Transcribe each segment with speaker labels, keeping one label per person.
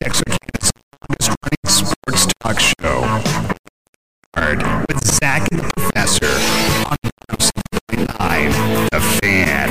Speaker 1: Texarkana's longest running sports talk show. Hard with Zach and the Professor on 107.9 The Fan.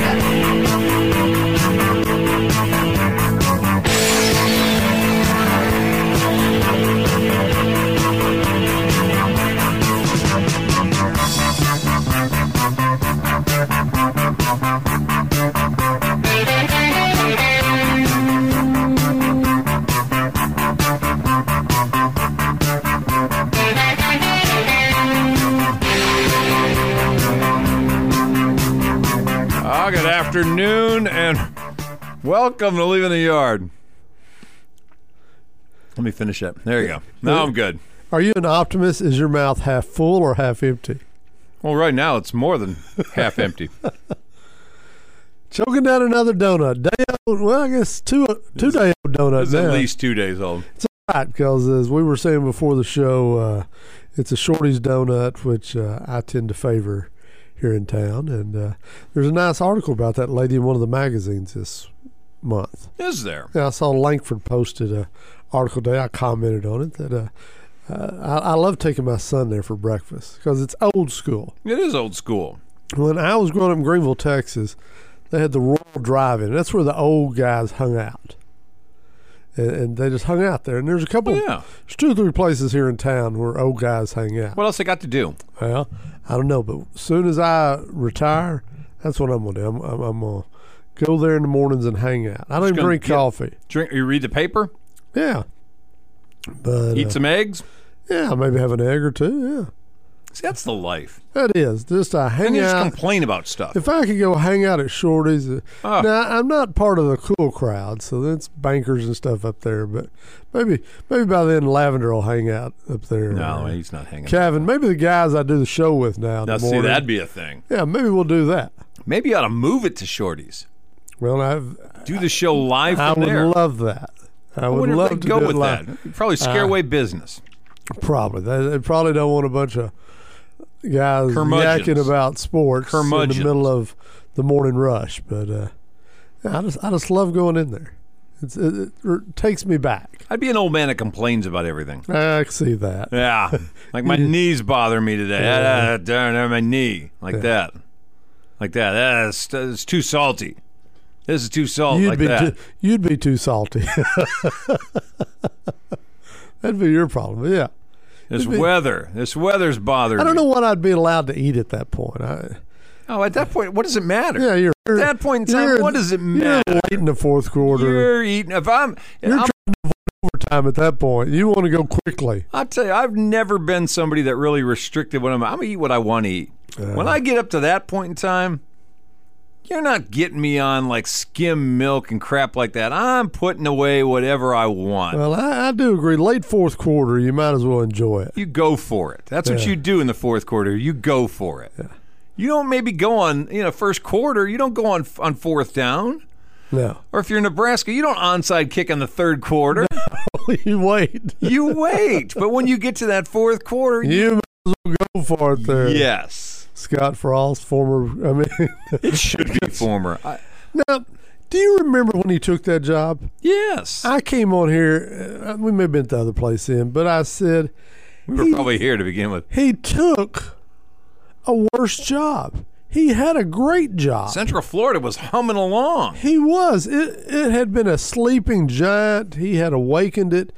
Speaker 2: Ah, good afternoon and welcome to Leaving the Yard. Let me finish up. There you go. Now I'm good.
Speaker 3: Are you an optimist? Is your mouth half full or half empty?
Speaker 2: Well, right now it's more than half empty.
Speaker 3: Choking down another donut. Day old, well, I guess two two day old donut
Speaker 2: It's
Speaker 3: now.
Speaker 2: at least two days old.
Speaker 3: because as we were saying before the show, uh, it's a shorty's donut, which uh, I tend to favor here in town. And uh, there's a nice article about that lady in one of the magazines this month.
Speaker 2: Is there?
Speaker 3: Yeah, I saw Langford posted a article today. I commented on it that uh, uh, I, I love taking my son there for breakfast because it's old school.
Speaker 2: It is old school.
Speaker 3: when I was growing up in Greenville, Texas, they had the Royal Drive-In. That's where the old guys hung out, and, and they just hung out there. And there's a couple,
Speaker 2: Oh, Yeah.
Speaker 3: there's two or three places here in town where old guys hang out.
Speaker 2: What else they got to do?
Speaker 3: Well, I don't know, but as soon as I retire, that's what I'm gonna do. I'm, I'm, I'm gonna go there in the mornings and hang out. I don't even
Speaker 2: gonna
Speaker 3: drink
Speaker 2: get-
Speaker 3: coffee.
Speaker 2: Drink. You read the paper.
Speaker 3: Yeah, but uh,
Speaker 2: Eat some eggs.
Speaker 3: yeah, maybe have an egg or two. Yeah,
Speaker 2: See, that's the life.
Speaker 3: that is just a
Speaker 2: And
Speaker 3: hang
Speaker 2: you just
Speaker 3: out.
Speaker 2: complain about stuff.
Speaker 3: If I could go hang out at Shorty's, uh,
Speaker 2: Ah.
Speaker 3: now I'm not part of the cool crowd, so that's bankers and stuff up there. But maybe, maybe by then Lavender will hang out up there.
Speaker 2: No,
Speaker 3: Or
Speaker 2: he's not hanging. out.
Speaker 3: Kevin, maybe the guys I do the show with now. in the
Speaker 2: Now, see,
Speaker 3: morning.
Speaker 2: that'd be a thing.
Speaker 3: yeah, maybe we'll do that.
Speaker 2: Maybe you ought to move it to Shorty's.
Speaker 3: Well, I've,
Speaker 2: Do the show live
Speaker 3: I
Speaker 2: from
Speaker 3: would
Speaker 2: there.
Speaker 3: love that. I
Speaker 2: I
Speaker 3: would
Speaker 2: wonder if
Speaker 3: love
Speaker 2: they'd
Speaker 3: to
Speaker 2: go
Speaker 3: do
Speaker 2: with
Speaker 3: it
Speaker 2: that.
Speaker 3: live. Ah.
Speaker 2: It'd Probably scare away business.
Speaker 3: Probably they, they probably don't want a bunch of guys
Speaker 2: Curmudgeons.
Speaker 3: yakking about sports in the
Speaker 2: Curmudgeons.
Speaker 3: middle of the morning rush. But uh, yeah, I just I just love going in there. It's, it, it r- takes me back.
Speaker 2: I'd be an old man that complains about everything.
Speaker 3: I can see that.
Speaker 2: Yeah, like my knees bother me today. Ah, darn, ah, my knee, like that, like that. Ah, it's, it's too salty. This is too salt,
Speaker 3: You'd
Speaker 2: like
Speaker 3: be
Speaker 2: that.
Speaker 3: too, you'd be too salty. That'd be your problem. But yeah,
Speaker 2: this weather, this weather's bothering.
Speaker 3: I don't
Speaker 2: me.
Speaker 3: know what I'd be allowed to eat at that point. I,
Speaker 2: Oh, at that point, what does it matter?
Speaker 3: yeah, you're
Speaker 2: at that point in time,
Speaker 3: you're-
Speaker 2: what does it
Speaker 3: you're
Speaker 2: matter?
Speaker 3: late in the fourth quarter.
Speaker 2: You're eating. If I'm, I'm
Speaker 3: Time at that point, you want to go quickly.
Speaker 2: I tell you, I've never been somebody that really restricted what I'm. I'm gonna eat what I want to eat. when I get up to that point in time, you're not getting me on like skim milk and crap like that. I'm putting away whatever I want.
Speaker 3: Well, I, I do agree. Late fourth quarter, you might as well enjoy it.
Speaker 2: you go for it. That's what
Speaker 3: Yeah.
Speaker 2: you do in the fourth quarter. You go for it. You don't maybe go on you know first quarter. You don't go on on fourth down.
Speaker 3: No,
Speaker 2: Or if you're Nebraska, you don't onside kick in the third quarter.
Speaker 3: you wait.
Speaker 2: You wait. But when you get to that fourth quarter,
Speaker 3: You might as well go for it there.
Speaker 2: yes.
Speaker 3: Scott Frost, former. I mean,
Speaker 2: It should be former. I,
Speaker 3: now, do you remember when he took that job?
Speaker 2: yes.
Speaker 3: I came on here. uh, We may have been to other place in, but I said
Speaker 2: we were probably here to begin with.
Speaker 3: he took a worse job. He had a great job.
Speaker 2: Central Florida was humming along.
Speaker 3: He was. It it had been a sleeping giant. He had awakened it.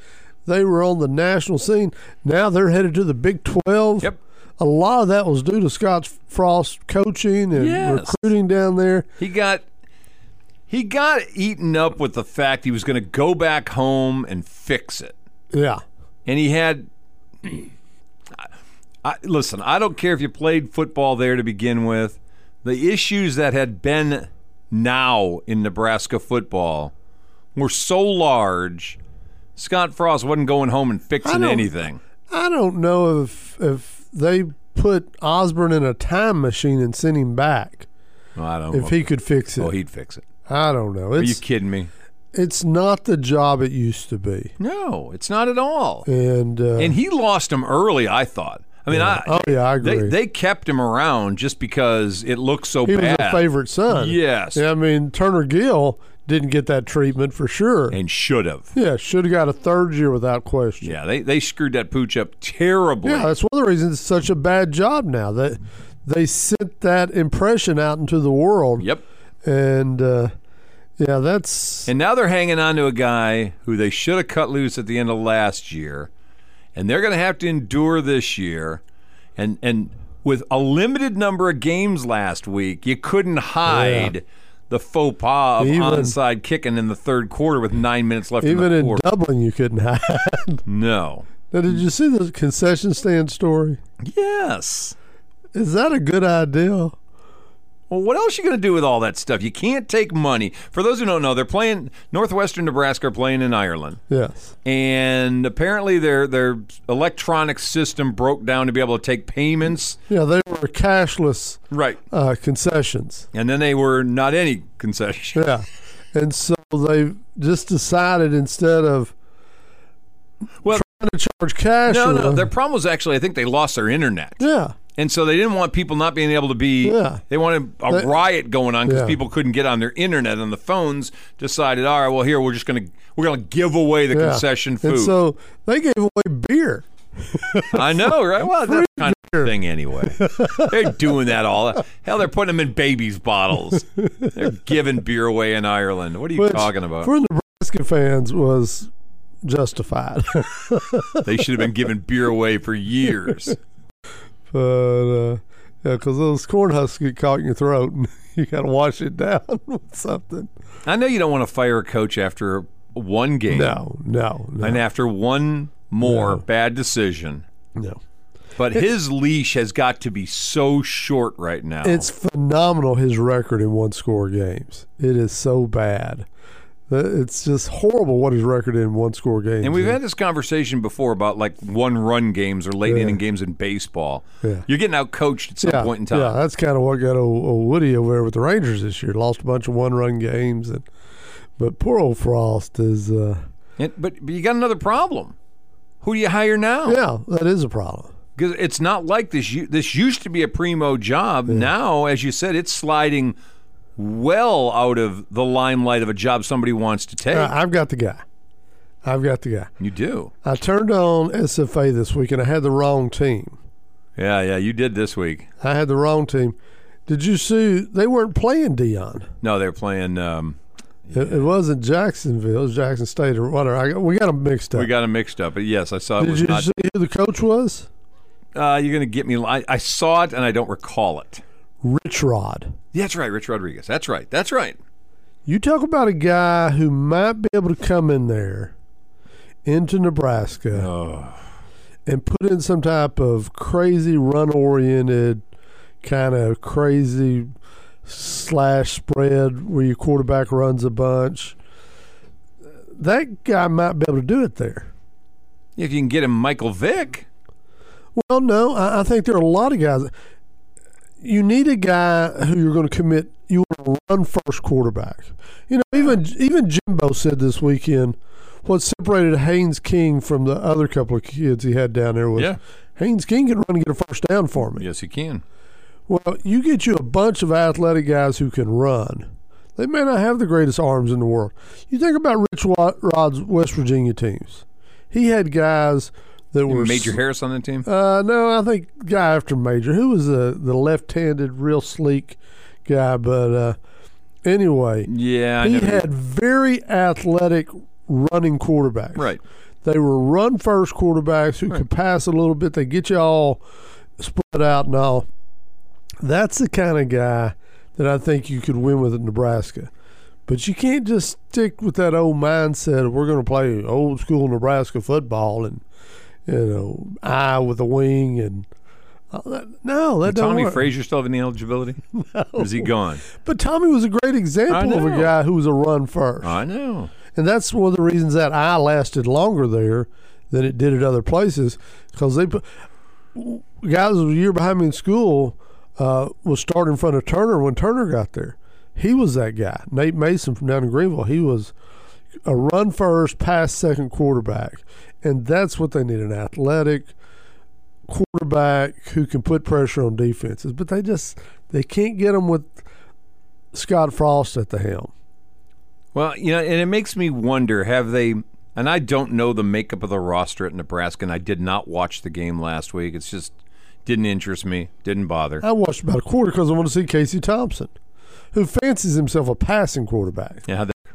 Speaker 3: They were on the national scene. Now they're headed to the Big Twelve.
Speaker 2: Yep.
Speaker 3: A lot of that was due to Scott Frost coaching and
Speaker 2: Yes.
Speaker 3: recruiting down there.
Speaker 2: He got he got eaten up with the fact he was going to go back home and fix it.
Speaker 3: Yeah.
Speaker 2: And he had I, I, listen, I don't care if you played football there to begin with. The issues that had been now in Nebraska football were so large. Scott Frost wasn't going home and fixing
Speaker 3: don't-
Speaker 2: anything.
Speaker 3: I don't know if if they put Osborne in a time machine and sent him back
Speaker 2: Well, I don't.
Speaker 3: if he could fix it.
Speaker 2: oh, he'd fix it.
Speaker 3: I don't know.
Speaker 2: Are you
Speaker 3: It's
Speaker 2: kidding me?
Speaker 3: it's not the job it used to be.
Speaker 2: No, it's not at all.
Speaker 3: And, uh,
Speaker 2: And he lost him early, I thought. I mean, I,
Speaker 3: oh yeah, I
Speaker 2: they,
Speaker 3: agree.
Speaker 2: they kept him around just because it looked so
Speaker 3: he was
Speaker 2: bad.
Speaker 3: a favorite son.
Speaker 2: Yes.
Speaker 3: Yeah, I mean Turner Gill didn't get that treatment for sure.
Speaker 2: and should have.
Speaker 3: yeah, should have got a third year without question.
Speaker 2: Yeah, they, they screwed that pooch up terribly.
Speaker 3: Yeah, that's one of the reasons it's such a bad job now that they sent that impression out into the world.
Speaker 2: Yep.
Speaker 3: And uh, yeah, that's
Speaker 2: And now they're hanging on to a guy who they should have cut loose at the end of last year, and they're going to have to endure this year. And and with a limited number of games last week, you couldn't hide the faux pas of
Speaker 3: Even-
Speaker 2: onside kicking in the third quarter with nine minutes left in
Speaker 3: even
Speaker 2: the
Speaker 3: in
Speaker 2: quarter.
Speaker 3: Dublin you couldn't hide.
Speaker 2: no.
Speaker 3: now, did you see the concession stand story?
Speaker 2: Yes.
Speaker 3: Is that a good idea?
Speaker 2: Well, what else you going to do with all that stuff? You can't take money. For those who don't know, they're playing Northwestern Nebraska are playing in Ireland.
Speaker 3: Yes.
Speaker 2: and apparently their their electronic system broke down to be able to take payments.
Speaker 3: Yeah, they were cashless
Speaker 2: Right.
Speaker 3: uh, concessions.
Speaker 2: And then they were not any concession.
Speaker 3: Yeah. And so they just decided instead of
Speaker 2: Well-
Speaker 3: trying to charge cash.
Speaker 2: No,
Speaker 3: or
Speaker 2: no.
Speaker 3: whatever-
Speaker 2: Their problem was actually I think they lost their internet.
Speaker 3: yeah.
Speaker 2: And so they didn't want people not being able to be
Speaker 3: Yeah.
Speaker 2: they wanted a
Speaker 3: They-
Speaker 2: riot going on cuz
Speaker 3: Yeah.
Speaker 2: people couldn't get on their internet on the phones decided, "All right, well here we're just going to we're going to give away the
Speaker 3: yeah. uh,
Speaker 2: concession food."
Speaker 3: And so they gave away beer.
Speaker 2: I know, right? Well, that's kind of thing anyway. They're doing that all. Hell, they're putting them in babies' bottles. They're giving beer away in Ireland. What are you
Speaker 3: which
Speaker 2: talking about?
Speaker 3: For Nebraska fans was justified.
Speaker 2: they should have been giving beer away for years.
Speaker 3: but uh, yeah, because those corn husks get caught in your throat and you got to wash it down with something.
Speaker 2: I know you don't want to fire a coach after one game
Speaker 3: No, no, no,
Speaker 2: and after one more bad decision,
Speaker 3: no.
Speaker 2: but his leash has got to be so short right now.
Speaker 3: It's phenomenal his record in one score games. It is so bad. Uh, It's just horrible what his record in one score games.
Speaker 2: And we've
Speaker 3: is.
Speaker 2: had this conversation before about like one run games or late inning games in baseball.
Speaker 3: Yeah.
Speaker 2: You're getting out coached at some point in time.
Speaker 3: Yeah, that's kind of what got old, old Woody over there with the Rangers this year. Lost a bunch of one-run games, and but poor old Frost is. Uh,
Speaker 2: And, but, but you got another problem. Who do you hire now?
Speaker 3: yeah, that is a problem.
Speaker 2: Because it's not like this. u- This used to be a primo job. Now, as you said, it's sliding well out of the limelight of a job somebody wants to take.
Speaker 3: I- Uh, I've got the guy. I've got the guy.
Speaker 2: you do.
Speaker 3: I turned on SFA this week, and I had the wrong team.
Speaker 2: Yeah, yeah, you did this week.
Speaker 3: I had the wrong team. Did you see? They weren't playing Dion.
Speaker 2: No, they're playing. Um,
Speaker 3: It, it wasn't Jacksonville. It was Jackson State or whatever. I, we got them mixed up.
Speaker 2: we got them mixed up. But yes, I saw it
Speaker 3: Did
Speaker 2: was
Speaker 3: you
Speaker 2: not.
Speaker 3: see who the coach was?
Speaker 2: Uh, you're going to get me. li- I, I saw it and I don't recall it.
Speaker 3: Rich Rod.
Speaker 2: Yeah, that's right, Rich Rodriguez. That's right. That's right.
Speaker 3: You talk about a guy who might be able to come in there into Nebraska
Speaker 2: Oh.
Speaker 3: and put in some type of crazy run oriented kind of crazy slash spread where your quarterback runs a bunch. That guy might be able to do it there.
Speaker 2: If you can get him, Michael Vick.
Speaker 3: Well, no, I, I think there are a lot of guys. You need a guy who you're going to commit. You want to run first quarterback. You know, even even Jimbo said this weekend, what separated Haynes King from the other couple of kids he had down there was
Speaker 2: Yeah.
Speaker 3: Haynes King can run and get a first down for me.
Speaker 2: Yes, he can.
Speaker 3: Well, you get you a bunch of athletic guys who can run. They may not have the greatest arms in the world. You think about Rich Wa- Rod's West Virginia teams. He had guys that were
Speaker 2: Major Harris on the team.
Speaker 3: uh, no, I think guy after Major, who was the the left-handed, real sleek guy. But uh, anyway,
Speaker 2: Yeah, I
Speaker 3: he
Speaker 2: know.
Speaker 3: had very athletic running quarterbacks.
Speaker 2: right.
Speaker 3: They were run first quarterbacks who could pass a little bit. They get you all spread out and all. That's the kind of guy that I think you could win with at Nebraska. But you can't just stick with that old mindset of we're going to play old school Nebraska football and you know eye with a wing and all that. no, that don't
Speaker 2: Tommy
Speaker 3: work.
Speaker 2: Frazier still have any eligibility? Or Is he gone?
Speaker 3: But Tommy was a great example of a
Speaker 2: know.
Speaker 3: guy who was a run first.
Speaker 2: I know.
Speaker 3: And that's one of the reasons that I lasted longer there than it did at other places because they put guys who was a year behind me in school uh, was starting in front of Turner when Turner got there. He was that guy, Nate Mason from down in Greenville. He was a run first, pass second quarterback, and that's what they need an athletic quarterback who can put pressure on defenses. But they just they can't get them with Scott Frost at the helm.
Speaker 2: Well, you know, and it makes me wonder have they, and I don't know the makeup of the roster at Nebraska, and I did not watch the game last week. It's just didn't interest me, didn't bother.
Speaker 3: I watched about a quarter because I want to see Casey Thompson, who fancies himself a passing quarterback.
Speaker 2: Yeah, that-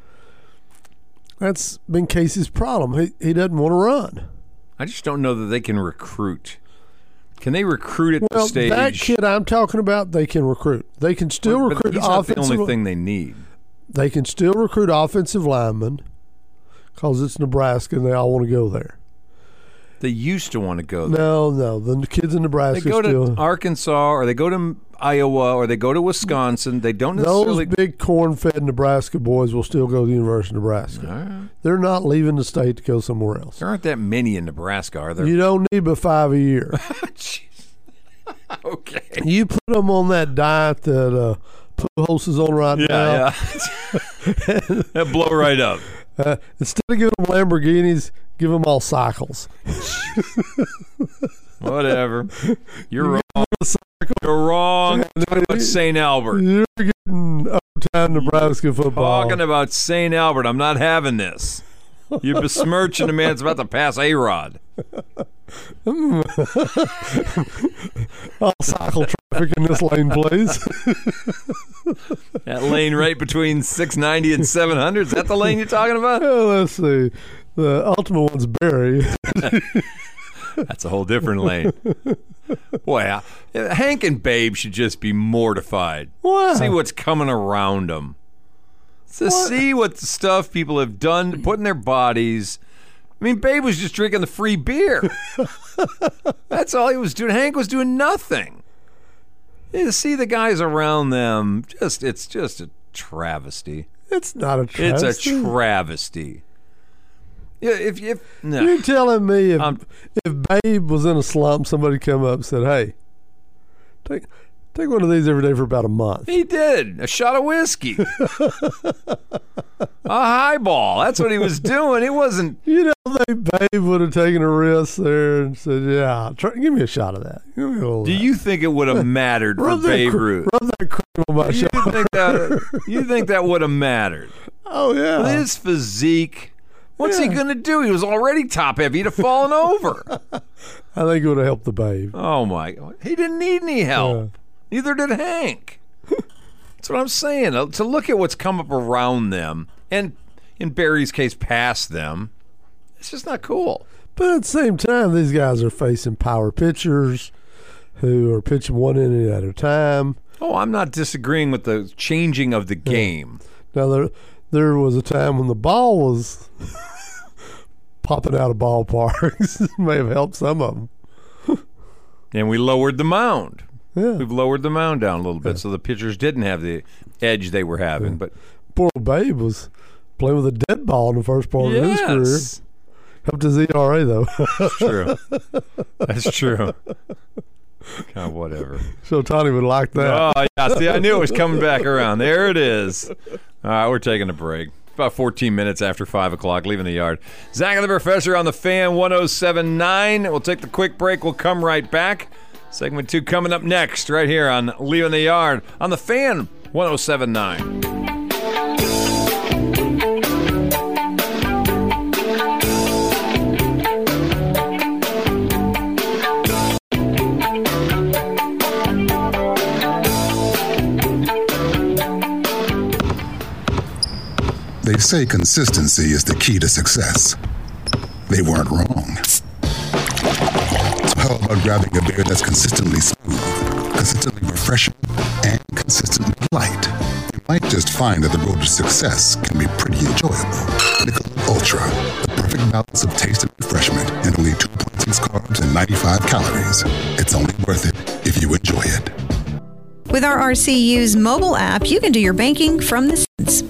Speaker 3: That's been Casey's problem. He, he doesn't want to run.
Speaker 2: I just don't know that they can recruit. Can they recruit at
Speaker 3: Well,
Speaker 2: the stage?
Speaker 3: that kid I'm talking about, they can recruit. They can still
Speaker 2: But
Speaker 3: recruit
Speaker 2: he's not the
Speaker 3: offensive.
Speaker 2: only thing they need.
Speaker 3: They can still recruit offensive linemen because it's Nebraska and they all want to go there.
Speaker 2: They used to want to go there.
Speaker 3: No, no, the kids in
Speaker 2: they
Speaker 3: Nebraska
Speaker 2: go to
Speaker 3: still.
Speaker 2: Arkansas or they go to Iowa or they go to Wisconsin. They don't necessarily.
Speaker 3: Those big corn-fed Nebraska boys will still go to the University of Nebraska.
Speaker 2: All right.
Speaker 3: They're not leaving the state to go somewhere else.
Speaker 2: There aren't that many in Nebraska, are there?
Speaker 3: You don't need but five a year.
Speaker 2: Jeez. okay.
Speaker 3: you put them on that diet that uh, Pujols is on right now.
Speaker 2: Yeah, yeah. that blow right up.
Speaker 3: Uh, instead of giving them Lamborghinis, give them all cycles.
Speaker 2: Whatever. You're wrong. You're wrong. Talking about St. Albert.
Speaker 3: You're getting uptown Nebraska football.
Speaker 2: Talking about St. Albert. I'm not having this. You're besmirching a man that's about to pass A Rod.
Speaker 3: all cycle traffic in this lane, please.
Speaker 2: That lane right between 690 and 700. Is that the lane you're talking about?
Speaker 3: Uh, Let's see. The ultimate one's Barry.
Speaker 2: That's a whole different lane. Boy, I- Hank and Babe should just be mortified.
Speaker 3: Wow.
Speaker 2: see what's coming around them. To see what the stuff people have done, put in their bodies. I mean, Babe was just drinking the free beer. That's all he was doing. Hank was doing nothing. Yeah, to see the guys around them, just it's just a travesty.
Speaker 3: It's not a travesty.
Speaker 2: It's a travesty. Yeah, if if no,
Speaker 3: You're telling me if,
Speaker 2: Um,
Speaker 3: if Babe was in a slump, somebody come up and said, hey, take, take one of these every day for about a month.
Speaker 2: he did a shot of whiskey, a highball. That's what he was doing. He wasn't
Speaker 3: You know, they, Babe would have taken a risk there and said, yeah, try, give me a shot of that. Give me a little
Speaker 2: Do
Speaker 3: of
Speaker 2: you think it would have mattered for
Speaker 3: Rub that
Speaker 2: Babe
Speaker 3: cr-
Speaker 2: Ruth?
Speaker 3: that. Rub that cream on my
Speaker 2: You
Speaker 3: shot.
Speaker 2: think that you think that would have mattered?
Speaker 3: Oh, yeah.
Speaker 2: His physique. What's he
Speaker 3: Yeah.
Speaker 2: gonna do? He was already top heavy. He'd have fallen over.
Speaker 3: I think it would have helped the Babe.
Speaker 2: Oh my! He didn't need any help. Neither did Hank. That's what I'm saying. Uh, To look at what's come up around them, and in Barry's case, past them, it's just not cool.
Speaker 3: But at the same time, these guys are facing power pitchers who are pitching one inning at a time.
Speaker 2: Oh, I'm not disagreeing with the changing of the game.
Speaker 3: Now there, there was a time when the ball was popping out of ballparks. It May have helped some of them.
Speaker 2: and we lowered the mound.
Speaker 3: Yeah.
Speaker 2: We've lowered the mound down a little bit, so the pitchers didn't have the edge they were having. But
Speaker 3: Poor old Babe was playing with a dead ball in the first part of his
Speaker 2: yes,
Speaker 3: career. Helped his ERA though.
Speaker 2: that's true. That's true. God, whatever.
Speaker 3: so Tony would like that.
Speaker 2: Oh yeah, see, I knew it was coming back around. There it is. All right, we're taking a break. About 14 minutes after 5 o'clock, leaving the yard. Zach and the Professor on the Fan 1079. We'll take the quick break. We'll come right back. Segment 2 coming up next, right here on Leaving the Yard on the Fan 1079.
Speaker 4: They say consistency is the key to success. They weren't wrong. So how about grabbing a beer that's consistently smooth, consistently refreshing, and consistently light? You might just find that the road to success can be pretty enjoyable. Michelob Ultra, the perfect balance of taste and refreshment, and only 2.6 carbs and 95 calories. It's only worth it if you enjoy it.
Speaker 5: With our RCU's mobile app, you can do your banking from the cents.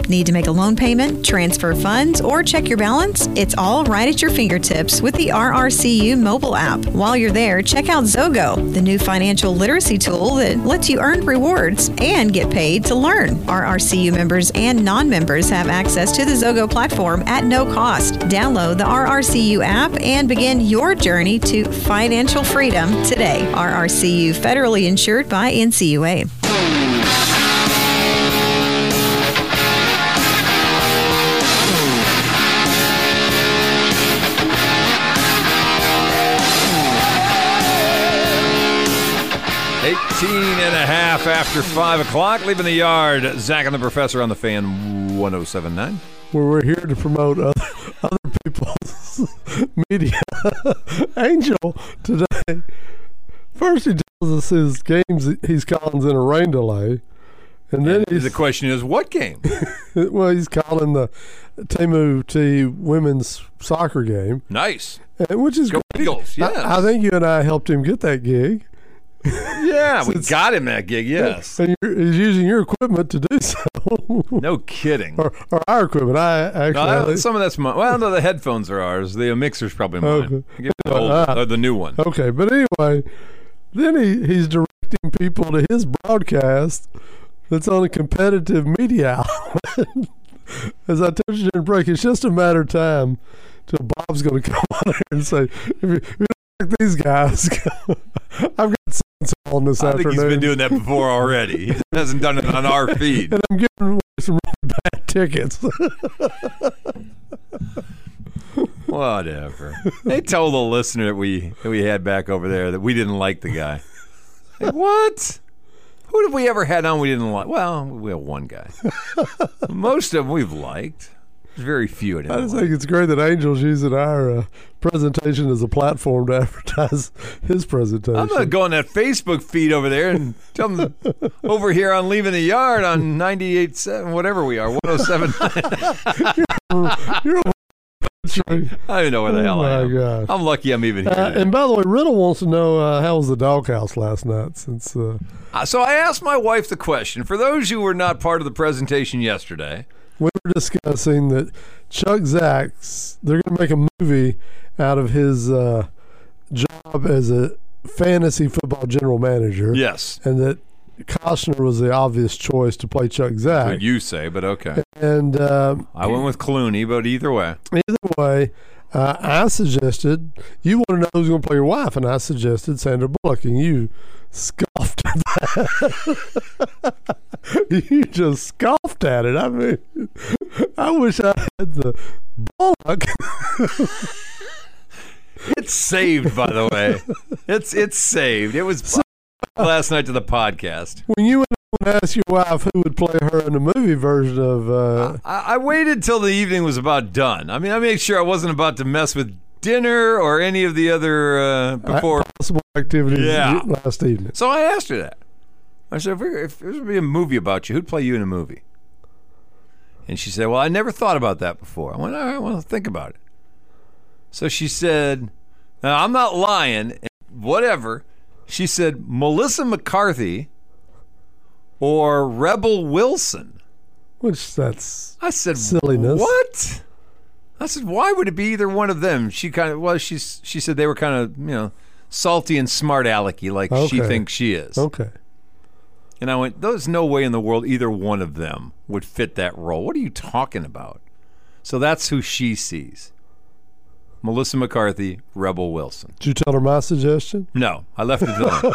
Speaker 5: Need to make a loan payment, transfer funds, or check your balance? It's all right at your fingertips with the RRCU mobile app. While you're there, check out Zogo, the new financial literacy tool that lets you earn rewards and get paid to learn. RRCU members and non members have access to the Zogo platform at no cost. Download the RRCU app and begin your journey to financial freedom today. RRCU federally insured by NCUA.
Speaker 2: 13 and a half after 5 o'clock. Leaving the yard. Zach and the Professor on the fan 1079.
Speaker 3: where we're here to promote other, other people's media. Angel today, first he tells us his games he's calling in a rain delay, and then
Speaker 2: The question is, what game?
Speaker 3: he's well he's calling the Temu T women's soccer game,
Speaker 2: nice.
Speaker 3: eh, which is
Speaker 2: Go
Speaker 3: great.
Speaker 2: Eagles. Yes.
Speaker 3: I, I think you and I helped him get that gig,
Speaker 2: yeah, we got him that gig. Yes.
Speaker 3: and you're, he's using your equipment to do so,
Speaker 2: No kidding.
Speaker 3: or, or our equipment. I actually.
Speaker 2: No, I- some of that's mine. Well, no, the headphones are ours. The mixer's probably mine.
Speaker 3: Okay.
Speaker 2: I give the, old,
Speaker 3: Ah.
Speaker 2: or the new one.
Speaker 3: Okay, but anyway, then he, he's directing people to his broadcast that's on a competitive media outlet. As I told you during break, it's just a matter of time till Bob's going to come on here and say, if you, if you don't like these guys, I've got so on this
Speaker 2: I think
Speaker 3: afternoon.
Speaker 2: he's been doing that before already. He hasn't done it on our feed.
Speaker 3: and I'm giving away some really bad tickets.
Speaker 2: Whatever. They told the listener that we that we had back over there that we didn't like the guy. Like, what? Who have we ever had on we didn't like? Well, we have one guy. Most of them we've liked. There's very few I
Speaker 3: I
Speaker 2: didn't
Speaker 3: just
Speaker 2: like.
Speaker 3: think it's great that Angel's using our uh, presentation as a platform to advertise his presentation.
Speaker 2: I'm gonna go on that Facebook feed over there and tell them over here on leaving the yard on 98.7, whatever we are, 107.
Speaker 3: You're a
Speaker 2: I don't even know where the
Speaker 3: Oh
Speaker 2: hell I
Speaker 3: my
Speaker 2: am.
Speaker 3: gosh.
Speaker 2: I'm lucky I'm even here.
Speaker 3: Uh,
Speaker 2: today.
Speaker 3: and by the way, Riddle wants to know uh, how was the doghouse last night? Since uh,
Speaker 2: Uh, so I asked my wife the question. For those who were not part of the presentation yesterday,
Speaker 3: we were discussing that Chuck Zax, they're going to make a movie out of his uh, job as a fantasy football general manager,
Speaker 2: yes,
Speaker 3: and that Costner was the obvious choice to play Chuck
Speaker 2: what
Speaker 3: Zax.
Speaker 2: you say, but okay.
Speaker 3: And um,
Speaker 2: I went with Clooney, but either way,
Speaker 3: Either way, uh, I suggested you want to know who's going to play your wife, and I suggested Sandra Bullock, and you scoffed at that. you just scoffed at it. I mean, I wish I had the Bullock.
Speaker 2: it's saved. By the way, it's it's saved. It was po- last night to the podcast.
Speaker 3: When you went on and asked your wife who would play her in the movie version of, uh,
Speaker 2: I, I waited till the evening was about done. I mean, I made sure I wasn't about to mess with dinner or any of the other uh, before.
Speaker 3: possible activities
Speaker 2: Yeah.
Speaker 3: last evening.
Speaker 2: So I asked her that. I said, if, we- if there was to be a movie about you, who'd play you in a movie? And she said, Well, I never thought about that before. I went, All right, well, think about it. So she said, now, I'm not lying, whatever. She said, Melissa McCarthy or Rebel Wilson.
Speaker 3: Which that's
Speaker 2: I said,
Speaker 3: Silliness.
Speaker 2: What? I said, why would it be either one of them? She kind of, well, she's, she said they were kind of, you know, salty and smart alecky like she
Speaker 3: Okay.
Speaker 2: thinks she is.
Speaker 3: okay.
Speaker 2: And I went, there's no way in the world either one of them would fit that role. What are you talking about? So that's who she sees Melissa McCarthy, Rebel Wilson.
Speaker 3: Did you tell her my suggestion?
Speaker 2: No, I left it alone.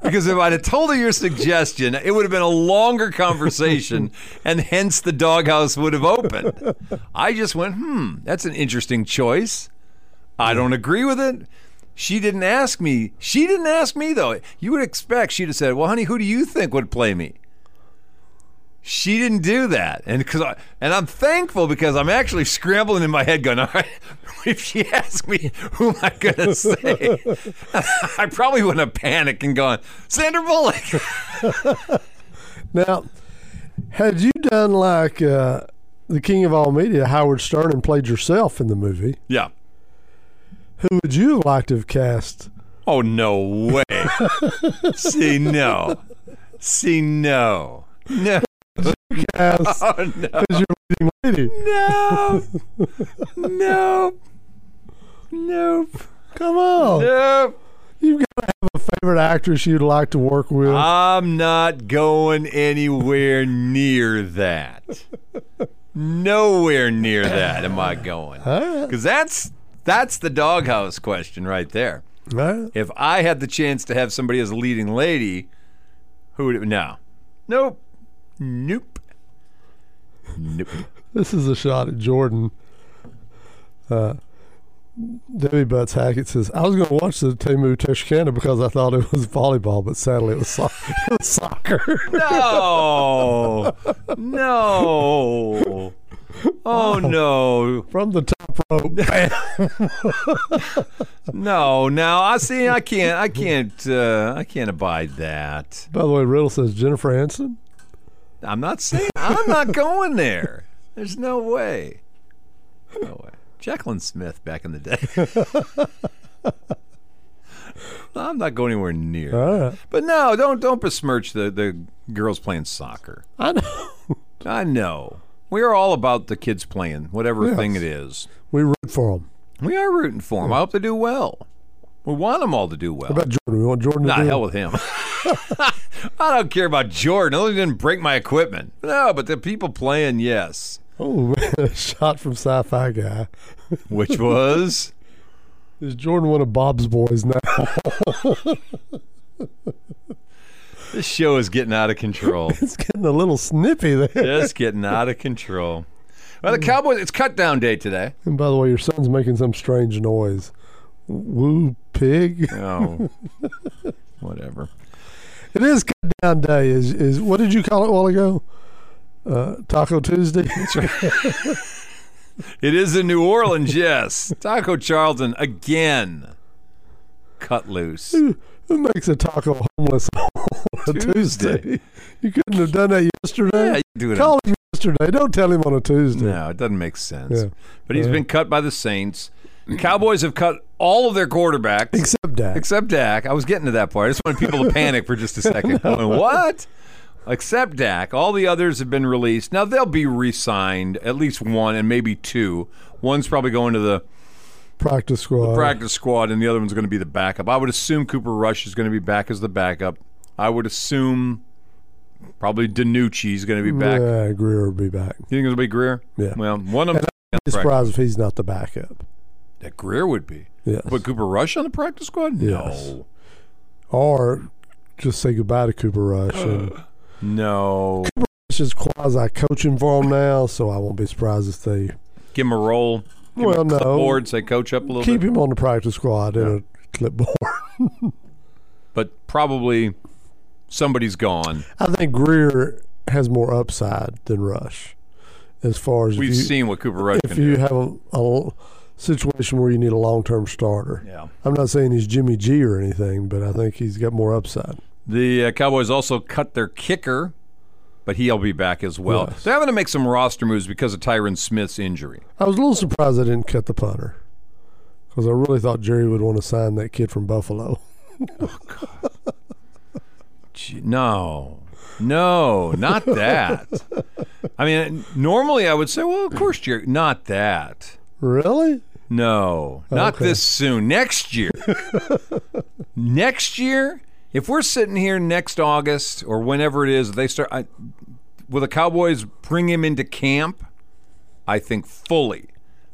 Speaker 2: because if I'd have told her your suggestion, it would have been a longer conversation, and hence the doghouse would have opened. I just went, hmm, that's an interesting choice. I don't agree with it. She didn't ask me. She didn't ask me, though. You would expect she'd have said, well, honey, who do you think would play me? She didn't do that, and because I, and I'm thankful because I'm actually scrambling in my head, going, "All right, if she asks me, who am I going to say?" I probably wouldn't have panicked and gone, "Sandra Bullock."
Speaker 3: Now, had you done like uh, the king of all media, Howard Stern, and played yourself in the movie,
Speaker 2: yeah.
Speaker 3: who would you have liked to have cast?
Speaker 2: Oh no way. See no. See no. No.
Speaker 3: As,
Speaker 2: Oh no.
Speaker 3: as your leading lady?
Speaker 2: No. Nope. Nope.
Speaker 3: Come on,
Speaker 2: Nope.
Speaker 3: you've got to have a favorite actress you'd like to work with.
Speaker 2: I'm not going anywhere near that. Nowhere near that am I going.
Speaker 3: Alright,
Speaker 2: Because that's that's the doghouse question right there.
Speaker 3: alright.
Speaker 2: If I had the chance to have somebody as a leading lady, who would it no. Nope. Nope. Nope.
Speaker 3: This is a shot at Jordan. Uh, Debbie Butts Hackett says, I was going to watch the Temu Texarkana because I thought it was volleyball, but sadly it was, so- it was soccer.
Speaker 2: No, no. Oh no,
Speaker 3: From the top rope.
Speaker 2: no! Now I see. I can't. I can't. Uh, I can't abide that.
Speaker 3: By the way, Riddle says, Jennifer Aniston?
Speaker 2: I'm not saying. I'm not going there. There's no way. No way. Jacqueline Smith back in the day. I'm not going anywhere near.
Speaker 3: All right.
Speaker 2: But no, don't don't besmirch the the girls playing soccer.
Speaker 3: I know.
Speaker 2: I know. We are all about the kids playing whatever
Speaker 3: Yes.
Speaker 2: thing it is.
Speaker 3: We root for them.
Speaker 2: We are rooting for them. I hope they do well. We want them all to do well.
Speaker 3: What about Jordan? We want Jordan to
Speaker 2: Not
Speaker 3: do
Speaker 2: hell with him. I don't care about Jordan. Only didn't break my equipment. No, but the people playing, yes.
Speaker 3: Oh, man. Shot from Sci Fi Guy.
Speaker 2: Which was
Speaker 3: Is Jordan one of Bob's boys now?
Speaker 2: this show is getting out of control.
Speaker 3: It's getting a little snippy there.
Speaker 2: Just getting out of control. Well, the Cowboys. It's cut down day today.
Speaker 3: And by the way, your son's making some strange noise. Woo pig.
Speaker 2: Oh, whatever.
Speaker 3: It is cut down day. Is is what did you call it a while ago? Uh, Taco Tuesday.
Speaker 2: It is in New Orleans. Yes, Taco Charlton again. Cut loose.
Speaker 3: Who makes a taco homeless on a
Speaker 2: Tuesday.
Speaker 3: Tuesday? You couldn't have done that yesterday.
Speaker 2: Yeah, you do it on
Speaker 3: call him yesterday. Don't tell him on a Tuesday.
Speaker 2: No, it doesn't make sense.
Speaker 3: Yeah.
Speaker 2: But he's been cut by the Saints. The Cowboys have cut all of their quarterbacks
Speaker 3: Except Dak.
Speaker 2: except Dak. I was getting to that part. I just wanted people to panic for just a second. Going, what? Except Dak. All the others have been released. Now they'll be re-signed, at least one and maybe two. One's probably going to the
Speaker 3: Practice squad.
Speaker 2: practice squad, and the other one's going to be the backup. I would assume Cooper Rush is going to be back as the backup. I would assume probably Danucci is going to be back.
Speaker 3: Yeah, Greer will be back.
Speaker 2: You think it'll be Greer?
Speaker 3: Yeah.
Speaker 2: Well, one of them.
Speaker 3: Be surprised if he's not the backup.
Speaker 2: That Greer would be.
Speaker 3: Yes.
Speaker 2: But Cooper Rush on the practice squad?
Speaker 3: Yes.
Speaker 2: No.
Speaker 3: Or just say goodbye to Cooper Rush. And
Speaker 2: No.
Speaker 3: Rush is quasi coaching for him now, so I won't be surprised if they
Speaker 2: Give him a roll. Give
Speaker 3: Well,
Speaker 2: him a
Speaker 3: no.
Speaker 2: clipboard, say coach up a little
Speaker 3: keep
Speaker 2: bit.
Speaker 3: him on the practice squad in a clipboard.
Speaker 2: But probably somebody's gone.
Speaker 3: I think Greer has more upside than Rush as far as if
Speaker 2: We've
Speaker 3: you,
Speaker 2: seen what Cooper Rush
Speaker 3: if
Speaker 2: can
Speaker 3: you
Speaker 2: do.
Speaker 3: have a, a situation where you need a long term starter.
Speaker 2: Yeah.
Speaker 3: I'm not saying he's Jimmy G or anything, but I think he's got more upside.
Speaker 2: The uh, Cowboys also cut their kicker, but he'll be back as well.
Speaker 3: Yes.
Speaker 2: They're having to make some roster moves because of Tyron Smith's injury.
Speaker 3: I was a little surprised I didn't cut the punter because I really thought Jerry would want to sign that kid from Buffalo.
Speaker 2: Gee, no, no, not that. I mean, normally I would say, well, of course, Jerry, not that.
Speaker 3: Really?
Speaker 2: No, not
Speaker 3: okay.
Speaker 2: this soon. Next year. next year, if we're sitting here next August or whenever it is they start, I, will the Cowboys bring him into camp? I think fully.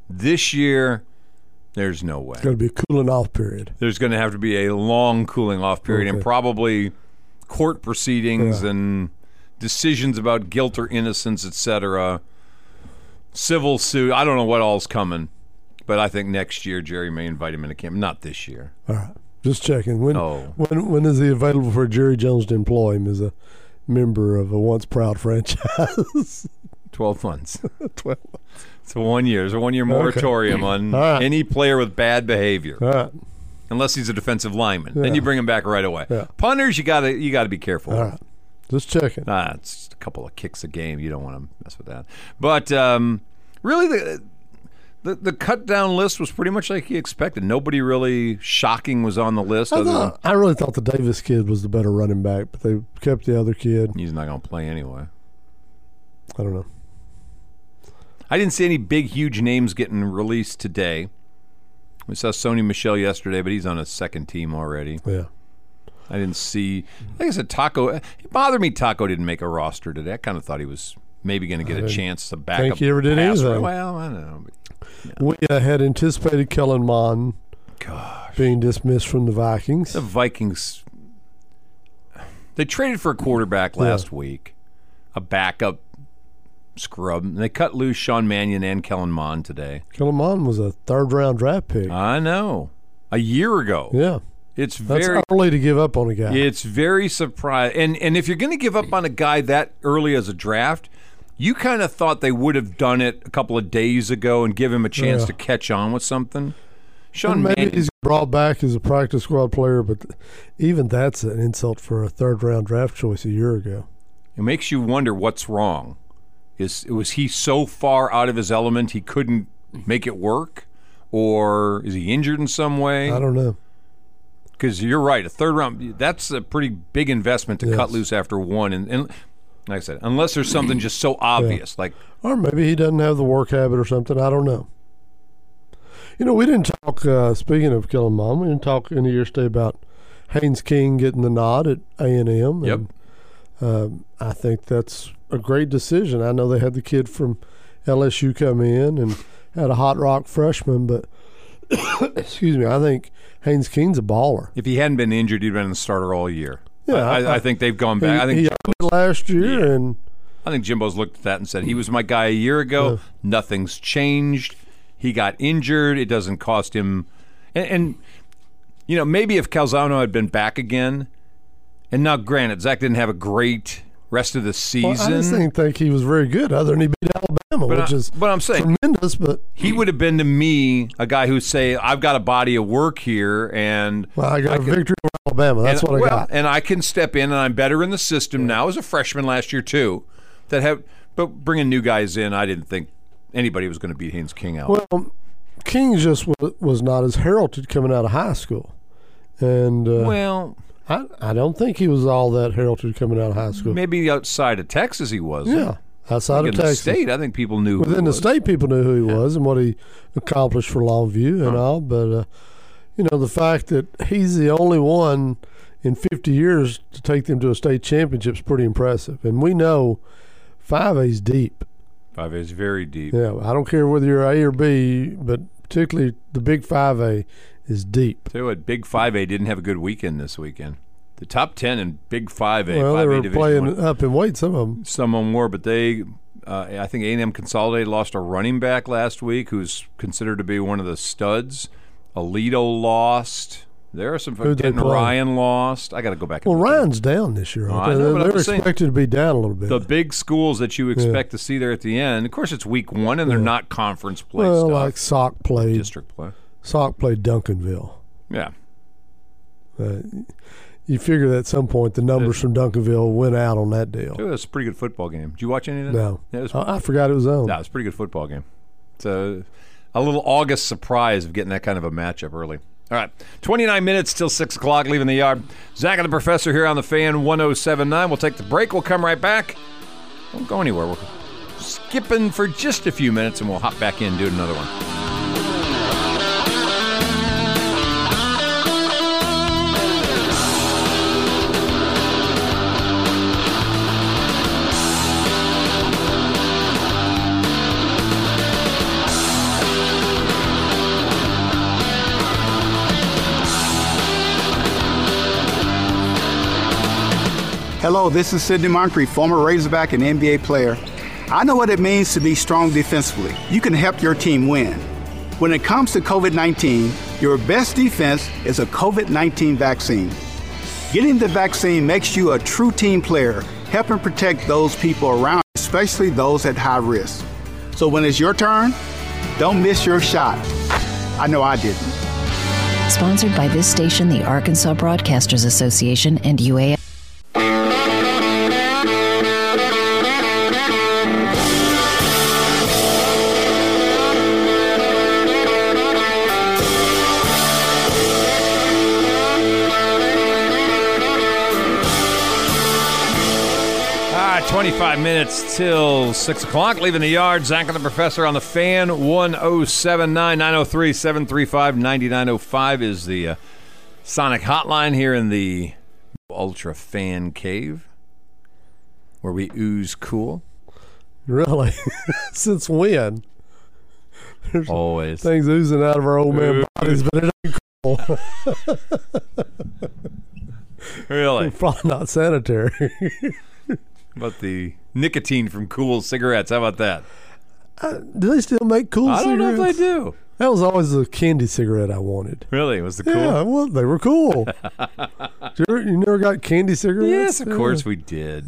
Speaker 2: This year, there's no way.
Speaker 3: Got to be a cooling off period.
Speaker 2: There's going to have to be a long cooling off period and
Speaker 3: Okay.
Speaker 2: probably court proceedings and decisions about guilt or innocence, etc. Civil suit. I don't know what all's coming, but I think next year Jerry may invite him into camp. Not this year.
Speaker 3: All right. Just checking. When
Speaker 2: No.
Speaker 3: when when is he available for Jerry Jones to employ him as a member of a once proud franchise?
Speaker 2: Twelve months.
Speaker 3: Twelve.
Speaker 2: It's a one year. It's a one year moratorium on
Speaker 3: All right.
Speaker 2: any player with bad behavior,
Speaker 3: All right.
Speaker 2: unless he's a defensive lineman. Then you bring him back right away.
Speaker 3: Yeah.
Speaker 2: Punters, you gotta you gotta be careful.
Speaker 3: All right. Just checking.
Speaker 2: Ah, it's just a couple of kicks a game. You don't want to mess with that. But um, really, the, the the cut down list was pretty much like you expected. Nobody really shocking was on the list.
Speaker 3: I,
Speaker 2: Other than
Speaker 3: thought, I really thought the Davis kid was the better running back, but they kept the other kid.
Speaker 2: he's not going to play anyway.
Speaker 3: I don't know.
Speaker 2: I didn't see any big, huge names getting released today. We saw Sony Michelle yesterday, but he's on a second team already.
Speaker 3: Yeah.
Speaker 2: I didn't see. Like I said, Taco. eh, It bothered me. Taco didn't make a roster today. I kind of thought he was maybe going to get a chance to back
Speaker 3: think
Speaker 2: up.
Speaker 3: he ever did
Speaker 2: pass.
Speaker 3: anything.
Speaker 2: Well, I don't know.
Speaker 3: We uh, had anticipated Kellen Mond being dismissed from the Vikings.
Speaker 2: The Vikings. They traded for a quarterback last week, a backup scrub. And they cut loose Sean Mannion and Kellen Mond today.
Speaker 3: Kellen Mond was a third round draft pick.
Speaker 2: I know. A year ago.
Speaker 3: yeah.
Speaker 2: It's
Speaker 3: That's
Speaker 2: very
Speaker 3: early to give up on a guy.
Speaker 2: It's very surprising. And and if you're going to give up on a guy that early as a draft, you kind of thought they would have done it a couple of days ago and give him a chance
Speaker 3: Yeah.
Speaker 2: to catch on with something. Sean
Speaker 3: And maybe
Speaker 2: Mannion,
Speaker 3: he's brought back as a practice squad player, but even that's an insult for a third round draft choice a year ago.
Speaker 2: it makes you wonder what's wrong. Is was he so far out of his element he couldn't make it work, or is he injured in some
Speaker 3: I
Speaker 2: way?
Speaker 3: don't know.
Speaker 2: Because you're right, a third round that's a pretty big investment to cut
Speaker 3: Yes.
Speaker 2: loose after one. And, and like I said, unless there's something just so obvious, like
Speaker 3: Or maybe he doesn't have the work habit or something. I don't know. You know, we didn't talk, uh, speaking of killing mom, we didn't talk any yesterday about Haynes King getting the nod at A&M.
Speaker 2: Yep.
Speaker 3: And, um, I think that's a great decision. I know they had the kid from LSU come in and had a hot rock freshman, but excuse me, I think Haynes King's a baller.
Speaker 2: If he hadn't been injured, he'd been the starter all year.
Speaker 3: Yeah,
Speaker 2: I, I,
Speaker 3: I-
Speaker 2: I think they've gone
Speaker 3: He,
Speaker 2: back. I think
Speaker 3: he earned it last year,
Speaker 2: Yeah.
Speaker 3: and
Speaker 2: I think Jimbo's looked at that and said he was my guy a year ago. Nothing's changed. He got injured. It doesn't cost him. And, and you know, maybe if Calzano had been back again, and now granted, Zach didn't have a great rest of the
Speaker 3: well,
Speaker 2: season.
Speaker 3: I just didn't think he was very good other than he beat Alabama,
Speaker 2: but,
Speaker 3: which
Speaker 2: I,
Speaker 3: is
Speaker 2: but I'm saying
Speaker 3: tremendous, but
Speaker 2: he would have been to me a guy who say I've got a body of work here and
Speaker 3: Well, I got a
Speaker 2: can-
Speaker 3: victory over Alabama. That's
Speaker 2: and,
Speaker 3: what I
Speaker 2: well,
Speaker 3: got.
Speaker 2: And I can step in, and I'm better in the system now. As a freshman last year too, that have but bringing new guys in, I didn't think anybody was going to beat Haynes King out.
Speaker 3: Well, King just was, was not as heralded coming out of high school, and uh,
Speaker 2: Well,
Speaker 3: I, I don't think he was all that heralded coming out of high school.
Speaker 2: maybe outside of Texas he was.
Speaker 3: Yeah, outside
Speaker 2: in
Speaker 3: of Texas,
Speaker 2: the state, I think people knew. who
Speaker 3: within
Speaker 2: he
Speaker 3: the
Speaker 2: was.
Speaker 3: state, people knew who he was and what he accomplished for Longview and all. But uh, you know, the fact that he's the only one in 50 years to take them to a state championship is pretty impressive. And we know five A's deep.
Speaker 2: five is very deep.
Speaker 3: Yeah, I don't care whether you're A or B, but particularly the Big Five A is deep.
Speaker 2: Tell you what, Big Five A didn't have a good weekend this weekend. The top ten in Big Five A,
Speaker 3: well, they
Speaker 2: five A
Speaker 3: were
Speaker 2: division.
Speaker 3: playing
Speaker 2: one,
Speaker 3: up in weight. Some of them.
Speaker 2: Some of them were, but they. Uh, I think A&M Consolidated lost a running back last week, who's considered to be one of the studs. Alito lost. There are some.
Speaker 3: Who'd they
Speaker 2: Getting
Speaker 3: play?
Speaker 2: Ryan lost. I got to go back. And
Speaker 3: Well,
Speaker 2: look at
Speaker 3: Ryan's down this year.
Speaker 2: I
Speaker 3: aren't they?
Speaker 2: know, but
Speaker 3: they're
Speaker 2: I'm just saying-
Speaker 3: expected to be down a little bit.
Speaker 2: the big schools that you expect to see there at the end. Of course, it's week one, and they're not conference play
Speaker 3: well,
Speaker 2: stuff.
Speaker 3: like Sock played.
Speaker 2: district play.
Speaker 3: Sock played Duncanville.
Speaker 2: Yeah,
Speaker 3: Uh, you figure that at some point the numbers from Duncanville went out on that deal.
Speaker 2: it was a pretty good football game. Did you watch any of that?
Speaker 3: No,
Speaker 2: Yeah, it was
Speaker 3: I, I forgot it was on.
Speaker 2: No, it's a pretty good football game. It's a, a little August surprise of getting that kind of a matchup early. All right, 29 minutes till 6 o'clock, leaving the yard. Zach and the professor here on the fan 1079. We'll take the break. We'll come right back. Don't go anywhere. We're skipping for just a few minutes and we'll hop back in and do another one.
Speaker 6: Hello, this is Sidney Moncrief, former Razorback and NBA player. I know what it means to be strong defensively. You can help your team win. When it comes to COVID 19, your best defense is a COVID 19 vaccine. Getting the vaccine makes you a true team player, helping protect those people around, you, especially those at high risk. So when it's your turn, don't miss your shot. I know I didn't.
Speaker 7: Sponsored by this station, the Arkansas Broadcasters Association, and UAI.
Speaker 2: Ah, 25 minutes till 6 o'clock. Leaving the yard. Zach and the professor on the fan. 1079 903 735 9905 is the uh, Sonic hotline here in the Ultra Fan Cave where we ooze cool.
Speaker 3: Really? Since when?
Speaker 2: Always.
Speaker 3: Things oozing out of our old man bodies, but it ain't cool.
Speaker 2: Really?
Speaker 3: probably not sanitary.
Speaker 2: about the nicotine from cool cigarettes? How about that?
Speaker 3: Do they still make cool
Speaker 2: I don't know
Speaker 3: cigarettes?
Speaker 2: if I do.
Speaker 3: That was always the candy cigarette I wanted.
Speaker 2: Really? Was the cool?
Speaker 3: Yeah, well, they were cool. you, ever- you never got candy cigarettes?
Speaker 2: Yes, of
Speaker 3: Yeah.
Speaker 2: course we did.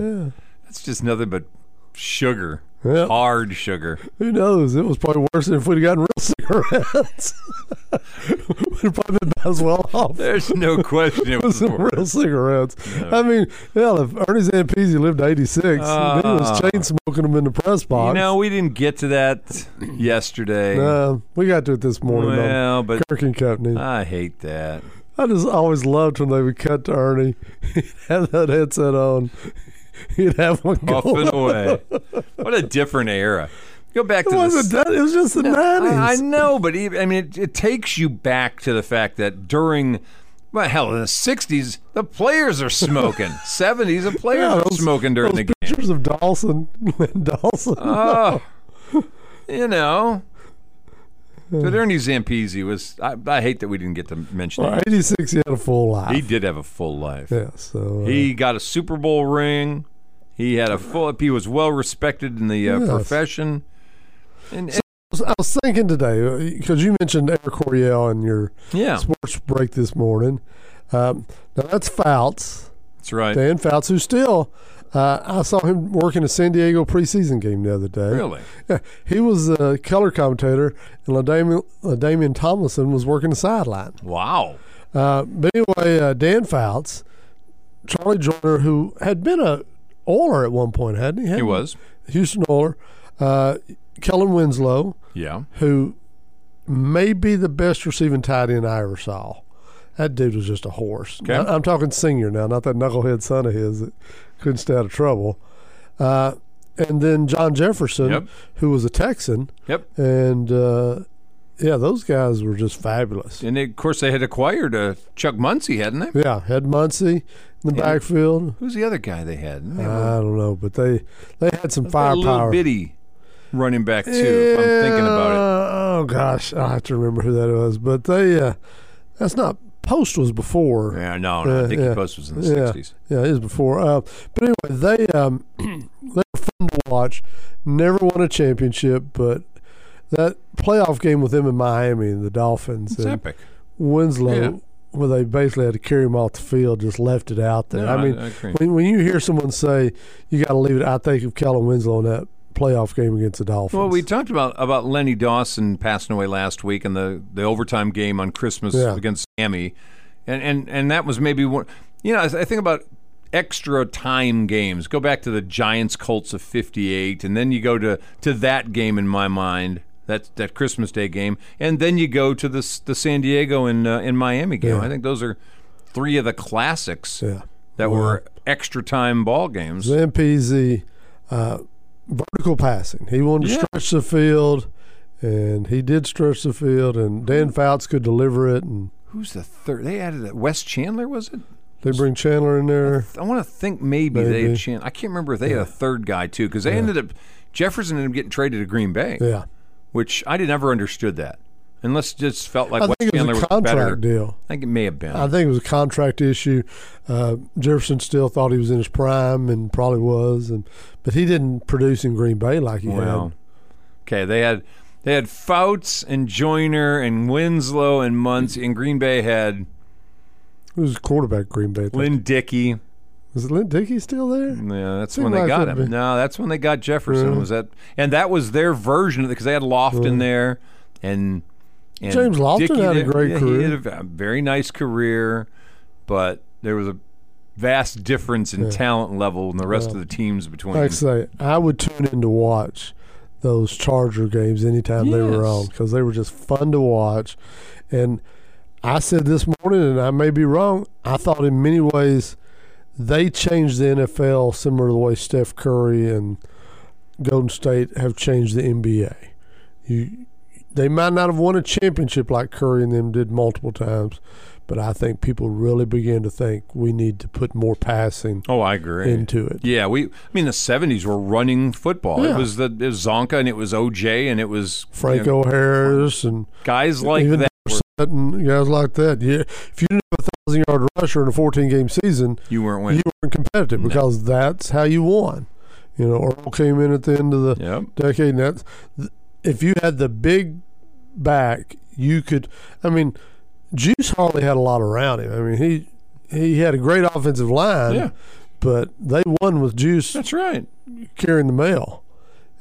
Speaker 2: That's just nothing but sugar.
Speaker 3: Yeah.
Speaker 2: Hard sugar.
Speaker 3: Who knows? It was probably worse than if we'd gotten real cigarettes. we'd probably been as well off.
Speaker 2: There's no question it
Speaker 3: with
Speaker 2: was
Speaker 3: some real
Speaker 2: worse.
Speaker 3: cigarettes. I mean, hell, if Ernie Zampezi lived to 86, and he was
Speaker 2: Ah.
Speaker 3: chain smoking them in the press
Speaker 2: You
Speaker 3: box.
Speaker 2: know, we didn't get to that yesterday.
Speaker 3: Nah, we got to it this morning. on
Speaker 2: well, but
Speaker 3: Kirk and Company.
Speaker 2: I hate that.
Speaker 3: I just always loved when they would cut to Ernie. He'd have that headset on. He'd have one
Speaker 2: Off and
Speaker 3: going.
Speaker 2: away. What a different era. Go back
Speaker 3: It
Speaker 2: to
Speaker 3: wasn't
Speaker 2: the
Speaker 3: that. It was just the 90s.
Speaker 2: I, I know, but even, I mean, it, it takes you back to the fact that during, well, hell, in the '60s, the players are smoking. '70s, the players
Speaker 3: Yeah,
Speaker 2: are
Speaker 3: those-
Speaker 2: smoking during
Speaker 3: Those
Speaker 2: the game.
Speaker 3: pictures of Dawson. Lynn Dawson.
Speaker 2: Oh, you know. But Ernie Zampezi was. I, I hate that we didn't get to mention
Speaker 3: Well,
Speaker 2: him.
Speaker 3: 86, he had a full life.
Speaker 2: He did have a full life.
Speaker 3: Yeah, so. uh,
Speaker 2: He got a Super Bowl ring. He had a full. He was well respected in the uh,
Speaker 3: Yes.
Speaker 2: profession. And, and-
Speaker 3: I was thinking today, because you mentioned Eric Coryell in your
Speaker 2: yeah,
Speaker 3: sports break this morning. Um, now, that's Fouts,
Speaker 2: that's right.
Speaker 3: Dan Fouts, who still, uh, I saw him working a San Diego preseason game the other day.
Speaker 2: Really?
Speaker 3: Yeah, he was a color commentator, and LaDamian, LaDamian Tomlinson was working the sideline.
Speaker 2: Wow.
Speaker 3: Uh, but anyway, uh, Dan Fouts, Charlie Joyner, who had been a oiler at one point, hadn't he?
Speaker 2: He was.
Speaker 3: Houston Oiler. Uh, Kellen Winslow,
Speaker 2: Yeah.
Speaker 3: who may be the best receiving tight end I ever saw. That dude was just a horse.
Speaker 2: Okay.
Speaker 3: I, am talking senior now, not that knucklehead son of his that couldn't stay out of trouble. Uh, and then John Jefferson,
Speaker 2: Yep.
Speaker 3: who was a Texan,
Speaker 2: Yep.
Speaker 3: and uh, yeah, those guys were just fabulous.
Speaker 2: And they- of course, they had acquired uh, Chuck Muncie, hadn't they?
Speaker 3: Yeah, had Muncie in the backfield.
Speaker 2: Who's the other guy they had? They were-
Speaker 3: I don't know, but they they had some
Speaker 2: they had a little
Speaker 3: firepower.
Speaker 2: bitty running back too. If I'm thinking about
Speaker 3: Yeah, Oh gosh, I have to remember who that was. But they uh, that's not Post was before.
Speaker 2: it. Yeah, no, no. I
Speaker 3: Yeah,
Speaker 2: think
Speaker 3: yeah.
Speaker 2: he Post was in the
Speaker 3: yeah,
Speaker 2: '60s.
Speaker 3: yeah, it is before. Uh, but anyway, they um, they were fun to watch. Never won a championship, but that playoff game with them in Miami and the Dolphins
Speaker 2: It's
Speaker 3: and
Speaker 2: epic.
Speaker 3: Winslow,
Speaker 2: Yeah.
Speaker 3: where they basically had to carry him off the field, just left it out there.
Speaker 2: No,
Speaker 3: I
Speaker 2: I-
Speaker 3: mean,
Speaker 2: I agree.
Speaker 3: when, when you hear someone say you got to leave it, I think of Kellen Winslow in that playoff game against the Dolphins.
Speaker 2: Well, we talked about about Lenny Dawson passing away last week and the the overtime game on Christmas
Speaker 3: Yeah.
Speaker 2: against Sammy, and and and that was maybe one. You know, I, I think about extra time games. Go back to the Giants Colts of '58, and then you go to to that game in my mind. That, that Christmas Day game, and then you go to the s- the San Diego and uh, and Miami game.
Speaker 3: Yeah.
Speaker 2: I think those are three of the classics
Speaker 3: yeah.
Speaker 2: that were extra time ball games.
Speaker 3: Zampezi, uh, vertical passing. He wanted to
Speaker 2: Yeah.
Speaker 3: stretch the field, and he did stretch the field. And Dan Fouts could deliver it, and
Speaker 2: Who's the third? They added that Wes Chandler was it?
Speaker 3: they bring Chandler in there.
Speaker 2: I want to think maybe, they
Speaker 3: Maybe.
Speaker 2: had chan- I can't remember if they had a third guy too because they ended up Jefferson ended up getting traded to Green Bay,
Speaker 3: Yeah,
Speaker 2: which I did never understood that unless it just felt like
Speaker 3: I
Speaker 2: Wes
Speaker 3: think it
Speaker 2: Chandler
Speaker 3: was
Speaker 2: was
Speaker 3: a contract
Speaker 2: better.
Speaker 3: deal.
Speaker 2: I think it may have been.
Speaker 3: I think it was a contract issue. Uh, Jefferson still thought he was in his prime, and probably was, and but he didn't produce in Green Bay like he
Speaker 2: Well, okay, they had they had Fouts and Joyner and Winslow and Muncie, and Green Bay had
Speaker 3: had. Who was the quarterback at Green Bay? at that
Speaker 2: Lynn Dickey.
Speaker 3: Was Lynn Dickey still there?
Speaker 2: Yeah, that's
Speaker 3: Seemed
Speaker 2: when they
Speaker 3: like
Speaker 2: got
Speaker 3: it'd
Speaker 2: him.
Speaker 3: be-
Speaker 2: No, that's when they got Jefferson. Was that and that was their version of it because they had Loft in there and, and
Speaker 3: James Lofton
Speaker 2: Dickey
Speaker 3: had a
Speaker 2: there.
Speaker 3: great
Speaker 2: Yeah,
Speaker 3: career.
Speaker 2: He had a v- a very nice career, but there was a vast difference in talent level and the rest of the teams between.
Speaker 3: Like I say, I would tune in to watch those Charger games anytime they were
Speaker 2: Yes.
Speaker 3: on because they were just fun to watch. And I said this morning, and I may be wrong, I thought in many ways they changed the NFL similar to the way Steph Curry and Golden State have changed the NBA. You, they might not have won a championship like Curry and them did multiple times, but I think people really began to think we need to put more passing
Speaker 2: oh, I agree.
Speaker 3: into it.
Speaker 2: yeah, we. I mean, the '70s were running football.
Speaker 3: Yeah.
Speaker 2: It was the it was Zonka and it was OJ and it was you know,
Speaker 3: Franco Harris and
Speaker 2: guys like
Speaker 3: even
Speaker 2: that. were-
Speaker 3: Dorsett and guys like that. Yeah, if you didn't have a thousand yard rusher in a fourteen game season,
Speaker 2: you weren't winning.
Speaker 3: you weren't competitive because that's how you won. You know, Earl came in at the end of the
Speaker 2: Yep.
Speaker 3: decade, and that's th- if you had the big back, you could. I mean, Juice Hawley had a lot around him. I mean, he he had a great offensive line,
Speaker 2: Yeah.
Speaker 3: but they won with Juice
Speaker 2: That's right.
Speaker 3: carrying the mail.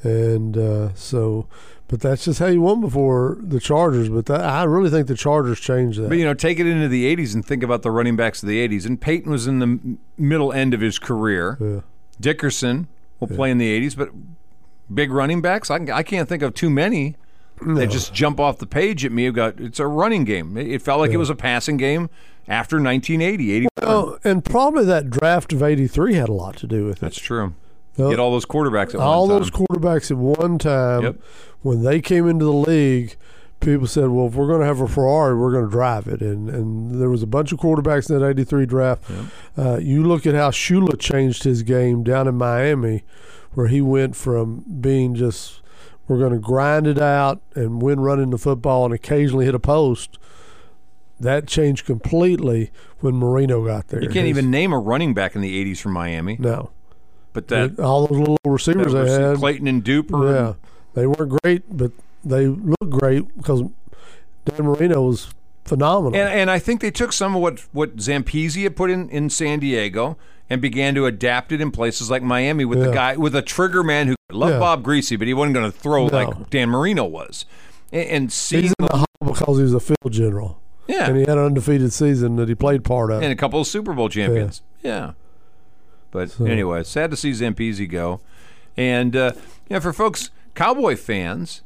Speaker 3: And uh, so, but that's just how you won before the Chargers. But that, I really think the Chargers changed that.
Speaker 2: But you know, take it into the '80s and think about the running backs of the '80s. And Peyton was in the m- middle end of his career.
Speaker 3: Yeah.
Speaker 2: Dickerson will play in the '80s, but big running backs, I, can- I can't think of too many that just jump off the page at me. You've got it's a running game. It, it felt like it was a passing game after 1980. 80.
Speaker 3: Oh, and probably that draft of '83 had a lot to do with it.
Speaker 2: That's true.
Speaker 3: No.
Speaker 2: Get all those quarterbacks at
Speaker 3: All
Speaker 2: one
Speaker 3: those
Speaker 2: time.
Speaker 3: quarterbacks at one time,
Speaker 2: Yep.
Speaker 3: when they came into the league, people said, "Well, if we're going to have a Ferrari, we're going to drive it." And and there was a bunch of quarterbacks in that '83 draft. Uh, you look at how Shula changed his game down in Miami, where he went from being just we're going to grind it out and win running the football and occasionally hit a post. That changed completely when Marino got there.
Speaker 2: you can't
Speaker 3: His-
Speaker 2: even name a running back in the '80s from Miami.
Speaker 3: no.
Speaker 2: But that,
Speaker 3: all those little
Speaker 2: that
Speaker 3: receivers
Speaker 2: was
Speaker 3: they had.
Speaker 2: Clayton and Duper.
Speaker 3: Yeah,
Speaker 2: and-
Speaker 3: they weren't great, but they looked great because Dan Marino was phenomenal.
Speaker 2: And, and I think they took some of what, what Zampezi had put in, in San Diego and began to adapt it in places like Miami with the
Speaker 3: Yeah.
Speaker 2: guy with a trigger man who loved
Speaker 3: Yeah.
Speaker 2: Bob Greasy, but he wasn't going to throw
Speaker 3: No.
Speaker 2: like Dan Marino was. And, and
Speaker 3: He's
Speaker 2: seeing,
Speaker 3: in the hall because he was a field general,
Speaker 2: yeah,
Speaker 3: and he had an undefeated season that he played part of.
Speaker 2: and a couple of Super Bowl champions. Yeah. But anyway, sad to see Zampezi go. And uh, yeah, for folks, Cowboy fans,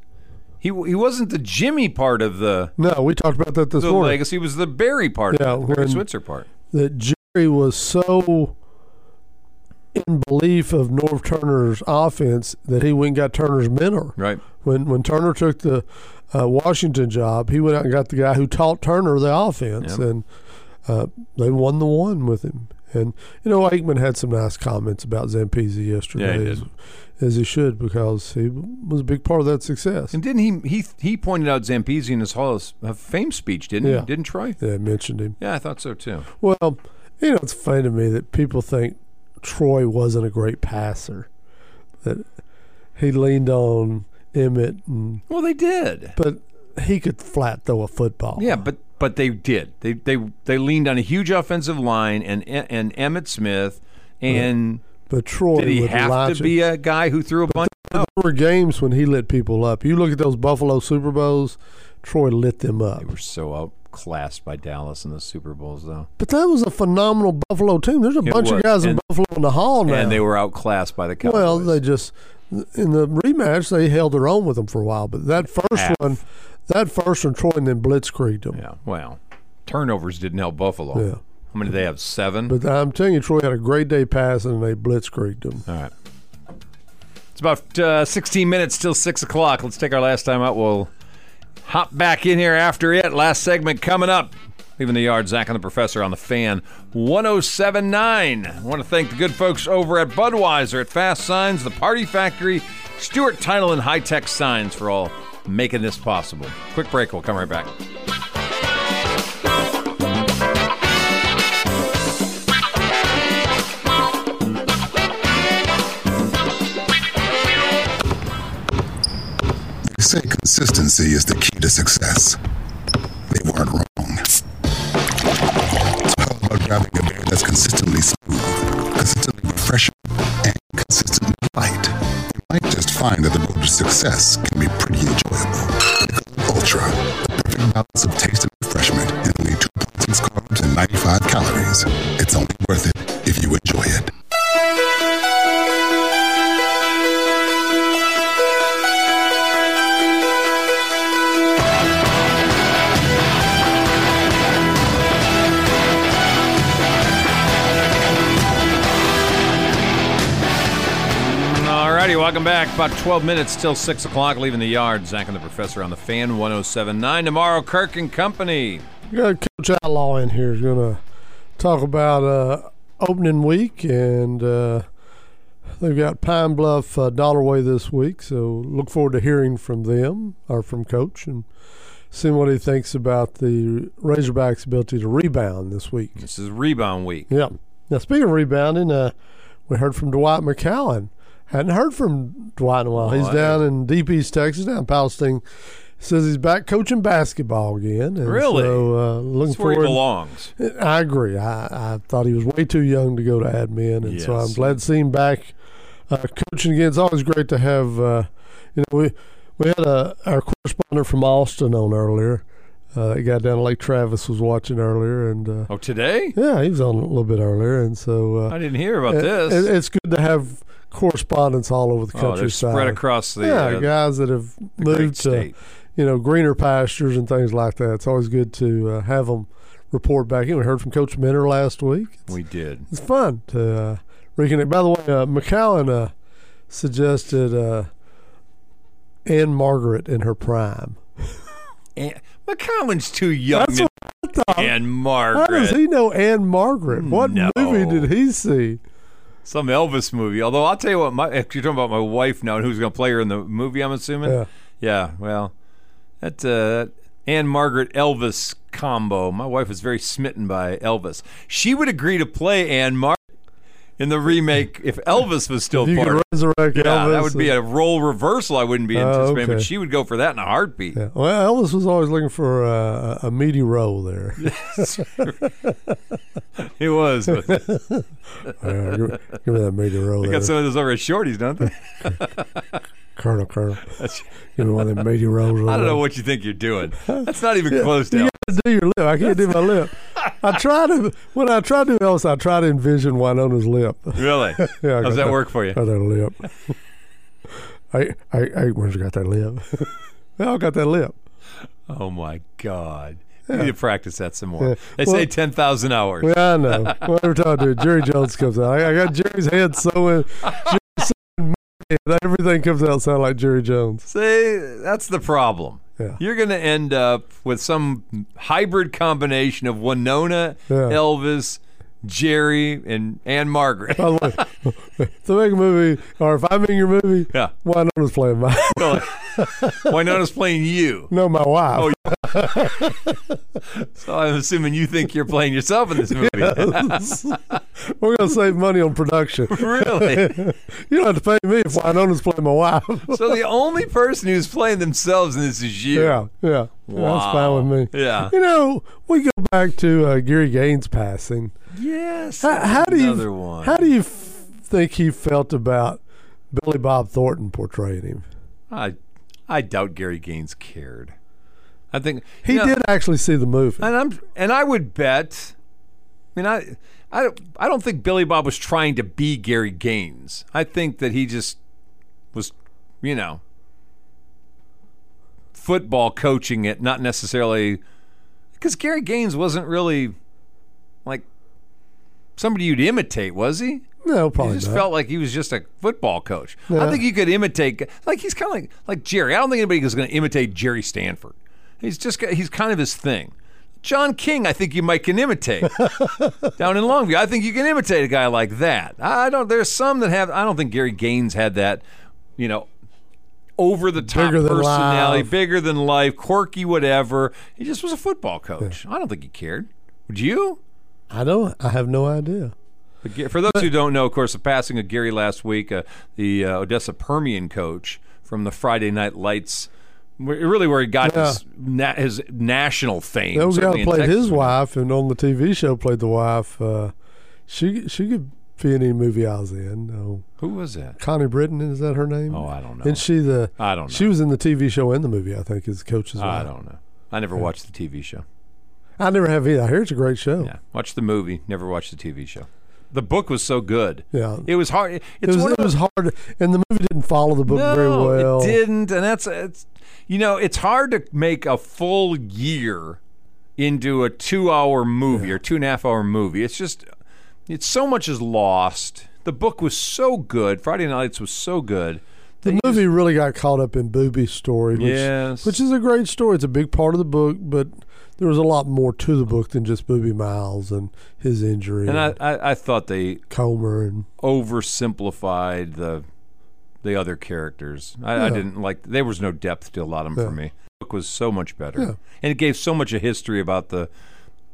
Speaker 2: he he wasn't the Jimmy part of the,
Speaker 3: no, we talked about that this
Speaker 2: the
Speaker 3: morning.
Speaker 2: legacy. He was the Barry part,
Speaker 3: Yeah,
Speaker 2: of it, Barry
Speaker 3: when-
Speaker 2: Switzer part.
Speaker 3: That Jerry was so in belief of North Turner's offense that he went and got Turner's mentor.
Speaker 2: Right.
Speaker 3: When when Turner took the uh, Washington job, he went out and got the guy who taught Turner the offense,
Speaker 2: Yeah.
Speaker 3: and uh, they won the one with him. And you know, Aikman had some nice comments about Zampezi yesterday,
Speaker 2: did.
Speaker 3: as, as he should, because he was a big part of that success.
Speaker 2: And didn't he he he pointed out Zampezi in his Hall of uh, Fame speech, didn't
Speaker 3: Yeah.
Speaker 2: he? Didn't Troy?
Speaker 3: Yeah, I mentioned him.
Speaker 2: Yeah, I thought so too.
Speaker 3: Well, you know, it's funny to me that people think Troy wasn't a great passer, that he leaned on Emmett, and,
Speaker 2: Well, they did.
Speaker 3: but he could flat throw a football.
Speaker 2: Yeah, but but they did. They they they leaned on a huge offensive line and and Emmett Smith and
Speaker 3: But Troy
Speaker 2: did he
Speaker 3: would latch
Speaker 2: have to
Speaker 3: it.
Speaker 2: be a guy who threw a bunch?
Speaker 3: There were games when he lit people up. You look at those Buffalo Super Bowls, Troy lit them up.
Speaker 2: We're so outclassed by Dallas in the Super Bowls, though.
Speaker 3: But that was a phenomenal Buffalo team. There's a bunch
Speaker 2: was.
Speaker 3: of guys in
Speaker 2: And-
Speaker 3: Buffalo in the hall now.
Speaker 2: And they were outclassed by the Cowboys.
Speaker 3: well, they just in the rematch they held their own with them for a while. But that first
Speaker 2: Half.
Speaker 3: one, that first one, Troy and then blitzkrieged them.
Speaker 2: yeah. Well, turnovers didn't help Buffalo.
Speaker 3: Yeah.
Speaker 2: How many did they have? Seven.
Speaker 3: But I'm telling you, Troy had a great day passing, and they blitzkrieged them.
Speaker 2: All right. It's about uh, 16 minutes till 6 o'clock. Let's take our last time out. We'll hop back in here after it. Last segment coming up. Leaving the yard, Zach and the Professor on the fan 1079. I want to thank the good folks over at Budweiser, at Fast Signs, the Party Factory, Stuart Title, and High Tech Signs for all making this possible. Quick break, we'll come right back.
Speaker 4: They say consistency is the key to success. They weren't wrong. So how about grabbing a beer that's consistently smooth, consistently refreshing, and consistently light? You might just find that the road to success can be pretty enjoyable. Michelob Ultra, the perfect balance of taste and refreshment, and only 2.6 carbs and 95 calories. It's only worth it if you enjoy it.
Speaker 2: Alrighty, welcome back. About 12 minutes till 6 o'clock, leaving the yard. Zach and the Professor on the fan 1079. Tomorrow, Kirk and Company.
Speaker 3: We got Coach Outlaw in here. He's going to talk about uh, opening week, and uh, they've got Pine Bluff uh, Dollarway this week. So look forward to hearing from them or from Coach and seeing what he thinks about the Razorbacks' ability to rebound this week.
Speaker 2: This is rebound week.
Speaker 3: Yeah. Now, speaking of rebounding, uh, we heard from Dwight McCowan Hadn't heard from Dwight in a while. He's
Speaker 2: Dwight.
Speaker 3: down in Deep East Texas, down in Palestine. Says he's back coaching basketball again. And
Speaker 2: Really?
Speaker 3: So, uh, looking
Speaker 2: That's where he
Speaker 3: forward.
Speaker 2: belongs.
Speaker 3: I agree. I, I thought he was way too young to go to admin, and so I'm
Speaker 2: Yes.
Speaker 3: glad to see him back uh, coaching again. It's always great to have. Uh, you know, we we had a our correspondent from Austin on earlier. Uh, that guy down at Lake Travis was watching earlier, and uh,
Speaker 2: Oh, today?
Speaker 3: yeah, he was on a little bit earlier, and so uh,
Speaker 2: I didn't hear about
Speaker 3: it-
Speaker 2: this.
Speaker 3: it- it's good to have correspondents all over the
Speaker 2: oh, they're
Speaker 3: countryside.
Speaker 2: spread across the,
Speaker 3: yeah,
Speaker 2: uh,
Speaker 3: guys that have
Speaker 2: great
Speaker 3: moved to
Speaker 2: state.
Speaker 3: you know, greener pastures and things like that. It's always good to uh, have them report back in. We heard from Coach Minner last week.
Speaker 2: We did.
Speaker 3: It's fun to uh, reconnect. By the way, uh, McCowan uh, suggested uh, Anne Margaret in her prime.
Speaker 2: And McCowan's too young.
Speaker 3: That's
Speaker 2: and,
Speaker 3: What the-
Speaker 2: and
Speaker 3: How
Speaker 2: Margaret.
Speaker 3: does he know Anne Margaret? What
Speaker 2: No.
Speaker 3: movie did he see?
Speaker 2: Some Elvis movie. Although I'll tell you what, my, if you're talking about my wife now and who's going to play her in the movie, I'm assuming.
Speaker 3: Yeah.
Speaker 2: Yeah, well, that uh, Anne Margaret Elvis combo. My wife was very smitten by Elvis. She would agree to play Anne Margaret in the remake if Elvis was still
Speaker 3: You
Speaker 2: part of
Speaker 3: could
Speaker 2: it.
Speaker 3: resurrect
Speaker 2: Yeah,
Speaker 3: Elvis.
Speaker 2: that would be a role reversal I wouldn't be
Speaker 3: Oh,
Speaker 2: anticipating,
Speaker 3: okay.
Speaker 2: but she would go for that in a heartbeat.
Speaker 3: Yeah. Well, Elvis was always looking for uh, a, a meaty role there.
Speaker 2: It was. But they
Speaker 3: Yeah, give, give me that meaty role there.
Speaker 2: got some of those over at Shorty's, don't they?
Speaker 3: Colonel, Colonel. Give me one of them meaty
Speaker 2: I
Speaker 3: rolls.
Speaker 2: don't
Speaker 3: over.
Speaker 2: know what you think you're doing. That's not even close to
Speaker 3: You got to do your lip. I can't do my lip. I try to when I try to do else, I try to envision Winona's lip.
Speaker 2: Really?
Speaker 3: Yeah, I
Speaker 2: How
Speaker 3: got
Speaker 2: does that work for you?
Speaker 3: Got that lip. I I I where's got that lip? they all got that lip.
Speaker 2: Oh my God. You need to practice that some more.
Speaker 3: Yeah.
Speaker 2: They
Speaker 3: Well-
Speaker 2: say 10,000 hours.
Speaker 3: Yeah, I know. Whatever time I do, Jerry Jones comes out. I, I got Jerry's head so in. Jerry's so in my head. Everything comes out sound like Jerry Jones.
Speaker 2: See, that's the problem.
Speaker 3: Yeah.
Speaker 2: You're going to end up with some hybrid combination of Winona,
Speaker 3: Yeah.
Speaker 2: Elvis, Jerry, and Anne Margaret.
Speaker 3: By the way, if they make a movie, or if I'm in your movie,
Speaker 2: Yeah.
Speaker 3: Winona's playing my
Speaker 2: Really. Winona's playing you.
Speaker 3: no, my wife.
Speaker 2: Oh, So Oh, I'm assuming you think you're playing yourself in this movie.
Speaker 3: We're gonna save money on production.
Speaker 2: really?
Speaker 3: You don't have to pay me if Winona's playing my wife.
Speaker 2: So the only person who's playing themselves in this is you.
Speaker 3: Yeah, yeah. Yeah, That's fine with me.
Speaker 2: Yeah.
Speaker 3: You know, we go back to uh, Gary Gaines passing.
Speaker 2: Yes.
Speaker 3: How, how do
Speaker 2: another
Speaker 3: you
Speaker 2: one.
Speaker 3: how do you f- think he felt about Billy Bob Thornton portraying him?
Speaker 2: I, I doubt Gary Gaines cared. I think
Speaker 3: He
Speaker 2: you know,
Speaker 3: did actually see the movie.
Speaker 2: and I'm and I would bet. I mean, I, I, don't- I don't think Billy Bob was trying to be Gary Gaines. I think that he just was, you know, football coaching it, not necessarily because Gary Gaines wasn't really like somebody you'd imitate, was he?
Speaker 3: no, probably
Speaker 2: He just
Speaker 3: not.
Speaker 2: felt like he was just a football coach.
Speaker 3: Yeah.
Speaker 2: I think you could imitate, like he's kind of like, like Jerry. I don't think anybody is going to imitate Jerry Stanford. He's just got- he's kind of his thing. John King, I think you might can imitate down in Longview. I think you can imitate a guy like that. I don't. There's some that have. I don't think Gary Gaines had that. You know, over the top
Speaker 3: Bigger than
Speaker 2: personality,
Speaker 3: life.
Speaker 2: bigger than life, quirky, whatever. He just was a football coach. I don't think he cared. Would you?
Speaker 3: I don't. I have no idea.
Speaker 2: But Ga- For those who don't know, of course, the passing of Gary last week, uh, the uh, Odessa Permian coach from the Friday Night Lights, where- really where he got his, na- his national fame.
Speaker 3: That was the guy
Speaker 2: certainly
Speaker 3: who
Speaker 2: in
Speaker 3: played
Speaker 2: Texas.
Speaker 3: his wife, and on the TV show played the wife. Uh, she she could be in any movie I was in. No.
Speaker 2: Who was that?
Speaker 3: Connie Britton is that her name?
Speaker 2: Oh, I don't know.
Speaker 3: And she the
Speaker 2: I don't know.
Speaker 3: She was in the TV show and the movie, I think, as coach as well.
Speaker 2: I don't know. I never watched the TV show.
Speaker 3: I never have either. I hear it's a great show.
Speaker 2: Yeah, watched the movie, never watched the TV show. The book was so good.
Speaker 3: Yeah.
Speaker 2: it was hard. It's
Speaker 3: It was
Speaker 2: one of
Speaker 3: it
Speaker 2: those-
Speaker 3: was hard, and the movie didn't follow the book
Speaker 2: no,
Speaker 3: very well.
Speaker 2: It didn't, and that's it's, you know, it's hard to make a full year into a two-hour movie or two and a half-hour movie. It's just, it's so much is lost. The book was so good. Friday Nights was so good.
Speaker 3: The movie really got caught up in Booby's story, which,
Speaker 2: Yes.
Speaker 3: which is a great story. It's a big part of the book, but there was a lot more to the book than just Booby Miles and his injury
Speaker 2: And I, I, I thought they
Speaker 3: Comer and
Speaker 2: oversimplified the the other characters. I, I didn't like. There was no depth to a lot of them for me. The book was so much better, and it gave so much a history about the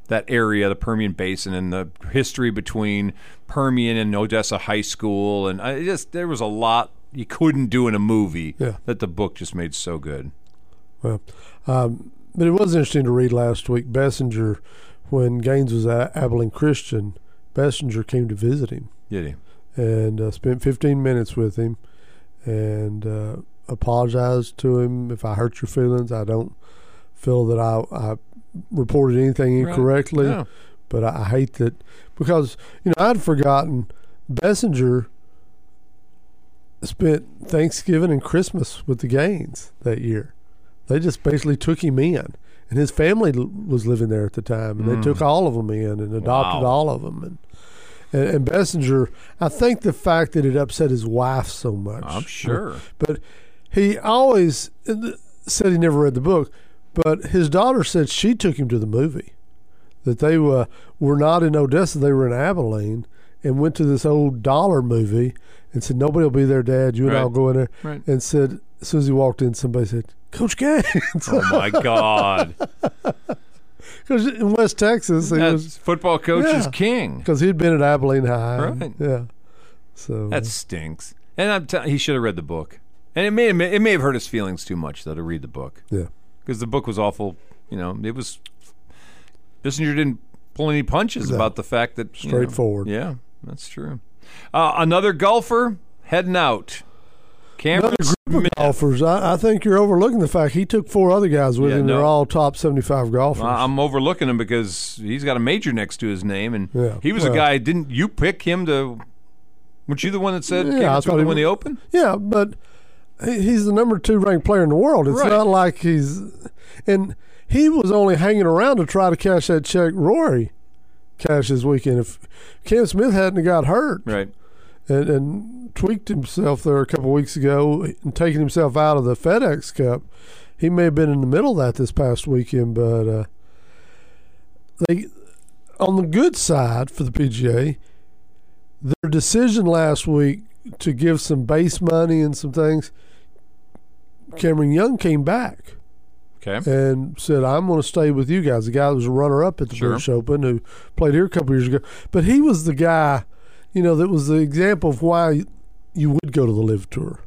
Speaker 2: that area, the Permian Basin, and the history between Permian and Odessa High School, and I just there was a lot you couldn't do in a movie
Speaker 3: Yeah.
Speaker 2: that the book just made so good.
Speaker 3: Well, um, but it was interesting to read last week. Bessinger, when Gaines was at Abilene Christian, Bessinger came to visit him
Speaker 2: Did he?
Speaker 3: and uh, spent 15 minutes with him and uh, apologized to him if I hurt your feelings. I don't feel that I, I reported anything
Speaker 2: Right.
Speaker 3: incorrectly,
Speaker 2: Yeah.
Speaker 3: but I, I hate that because, you know, I'd forgotten Bessinger spent Thanksgiving and Christmas with the Gaines that year. They just basically took him in. And his family l- was living there at the time, and they took all of them in and adopted
Speaker 2: Mm. Wow.
Speaker 3: all of them. And and, and Bessinger, I think the fact that it upset his wife so much.
Speaker 2: I'm sure.
Speaker 3: But he always said he never read the book, but his daughter said she took him to the movie. That they were, were not in Odessa, they were in Abilene, and went to this old dollar movie and said, Nobody will be there, Dad. You and I'll
Speaker 2: Right.
Speaker 3: go in there.
Speaker 2: Right.
Speaker 3: And said, As soon as he walked in, somebody said, Coach Gaines.
Speaker 2: Oh my God,
Speaker 3: 'Cause in West Texas, he
Speaker 2: That's-
Speaker 3: was.
Speaker 2: football coach is
Speaker 3: Yeah.
Speaker 2: king.
Speaker 3: Because he'd been at Abilene High. and-
Speaker 2: Right.
Speaker 3: Yeah. So
Speaker 2: That stinks. And I'm tell he should have read the book. And it may it may have hurt his feelings too much though to read the book
Speaker 3: yeah.
Speaker 2: because the book was awful. You know, it was. Bissinger didn't pull any punches about the fact that you know-
Speaker 3: Straightforward.
Speaker 2: yeah, that's true. Uh, another golfer heading out. Cameron Smith.
Speaker 3: golfers. I, I think you're overlooking the fact he took four other guys with
Speaker 2: Yeah,
Speaker 3: him.
Speaker 2: no.
Speaker 3: They're all top 75 golfers.
Speaker 2: I- I'm overlooking him because he's got a major next to his name, and
Speaker 3: Yeah,
Speaker 2: he was a
Speaker 3: well.
Speaker 2: guy. Didn't you pick him to? Weren't you the one that said
Speaker 3: Yeah, I
Speaker 2: Cameron Smith
Speaker 3: thought
Speaker 2: would
Speaker 3: he
Speaker 2: win the
Speaker 3: would-
Speaker 2: Open?
Speaker 3: yeah, but he- he's the number two ranked player in the world. It's
Speaker 2: Right.
Speaker 3: not like he's. And he was only hanging around to try to cash that check Rory cashed this weekend. If Cam Smith hadn't got hurt
Speaker 2: Right.
Speaker 3: and, and tweaked himself there a couple weeks ago and taken himself out of the FedEx Cup, he may have been in the middle of that this past weekend, but. Uh, they on the good side for the PGA, their decision last week to give some base money and some things, Cameron Young came back
Speaker 2: Okay.
Speaker 3: and said, "I'm going to stay with you guys." The guy that was a runner-up at the
Speaker 2: Sure.
Speaker 3: British Open who played here a couple years ago, but he was the guy, you know, that was the example of why you would go to the Live Tour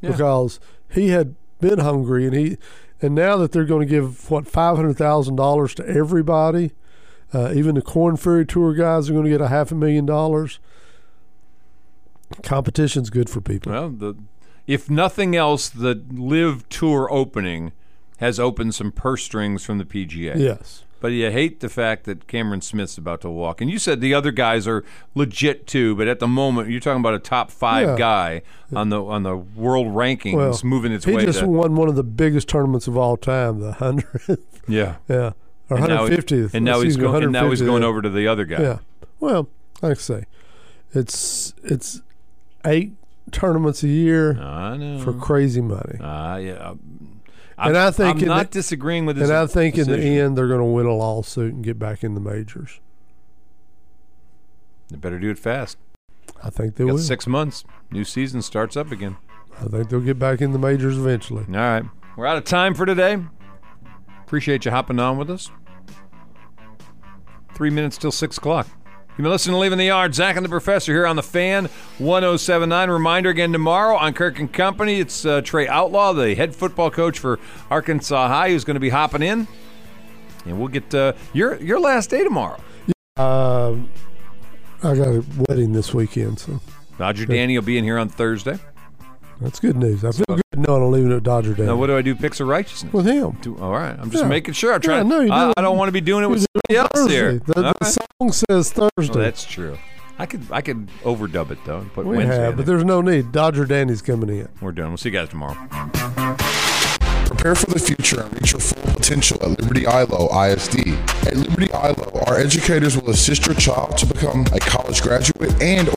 Speaker 2: Yeah.
Speaker 3: because he had been hungry and he, and now that they're going to give what five hundred thousand dollars to everybody, uh, even the Corn Ferry Tour guys are going to get a half a million dollars. Competition's good for people.
Speaker 2: Well, the if nothing else, the Live Tour opening has opened some purse strings from the PGA.
Speaker 3: Yes.
Speaker 2: But you hate the fact that Cameron Smith's about to walk. And you said the other guys are legit too, but at the moment you're talking about a top five
Speaker 3: Yeah.
Speaker 2: guy on the on the world rankings
Speaker 3: Well,
Speaker 2: moving its
Speaker 3: he
Speaker 2: way
Speaker 3: just
Speaker 2: to
Speaker 3: won one of the biggest tournaments of all time, the hundredth.
Speaker 2: Yeah.
Speaker 3: Yeah. Or
Speaker 2: And now he-
Speaker 3: 150th.
Speaker 2: And now he's
Speaker 3: Excuse me,
Speaker 2: going and now he's
Speaker 3: 150th,
Speaker 2: going
Speaker 3: yeah.
Speaker 2: over to the other guy.
Speaker 3: Yeah. Well, like I say, it's it's eight tournaments a year
Speaker 2: I know.
Speaker 3: for crazy money.
Speaker 2: Ah, yeah. I'm,
Speaker 3: And I think
Speaker 2: I'm
Speaker 3: in
Speaker 2: not
Speaker 3: the-
Speaker 2: disagreeing with his
Speaker 3: and I think in
Speaker 2: decision.
Speaker 3: the end they're going to win a lawsuit and get back in the majors.
Speaker 2: They better do it fast.
Speaker 3: I think they
Speaker 2: Got
Speaker 3: will.
Speaker 2: six months. New season starts up again.
Speaker 3: I think they'll get back in the majors eventually.
Speaker 2: All right. We're out of time for today. Appreciate you hopping on with us. Three minutes till six o'clock. You've been listening to Leaving the Yard. Zach and the Professor here on the Fan 1079. Reminder again tomorrow on Kirk and Company. It's uh, Trey Outlaw, the head football coach for Arkansas High, who's going to be hopping in. And we'll get uh, your your last day tomorrow.
Speaker 3: Um, I got a wedding this weekend, so
Speaker 2: Roger Danny will be in here on Thursday.
Speaker 3: that's good news. I feel good knowing I'm leaving at Dodger Day
Speaker 2: Now, what do I do? Picks of righteousness.
Speaker 3: with him.
Speaker 2: Do- all right. I'm just
Speaker 3: Yeah.
Speaker 2: making sure. I'm
Speaker 3: Yeah,
Speaker 2: trying.
Speaker 3: no, you
Speaker 2: I,
Speaker 3: do.
Speaker 2: I don't want to be doing it with somebody else here.
Speaker 3: Thursday. The,
Speaker 2: All
Speaker 3: the
Speaker 2: right.
Speaker 3: song says Thursday.
Speaker 2: Oh, that's true. I could I could overdub it though and put
Speaker 3: we
Speaker 2: Wednesday.
Speaker 3: have,
Speaker 2: in
Speaker 3: but
Speaker 2: there.
Speaker 3: there's no need. Dodger Danny's coming in.
Speaker 2: We're done. We'll see you guys tomorrow.
Speaker 4: Prepare for the future and reach your full potential at Liberty ILO ISD. At Liberty ILO, our educators will assist your child to become a college graduate and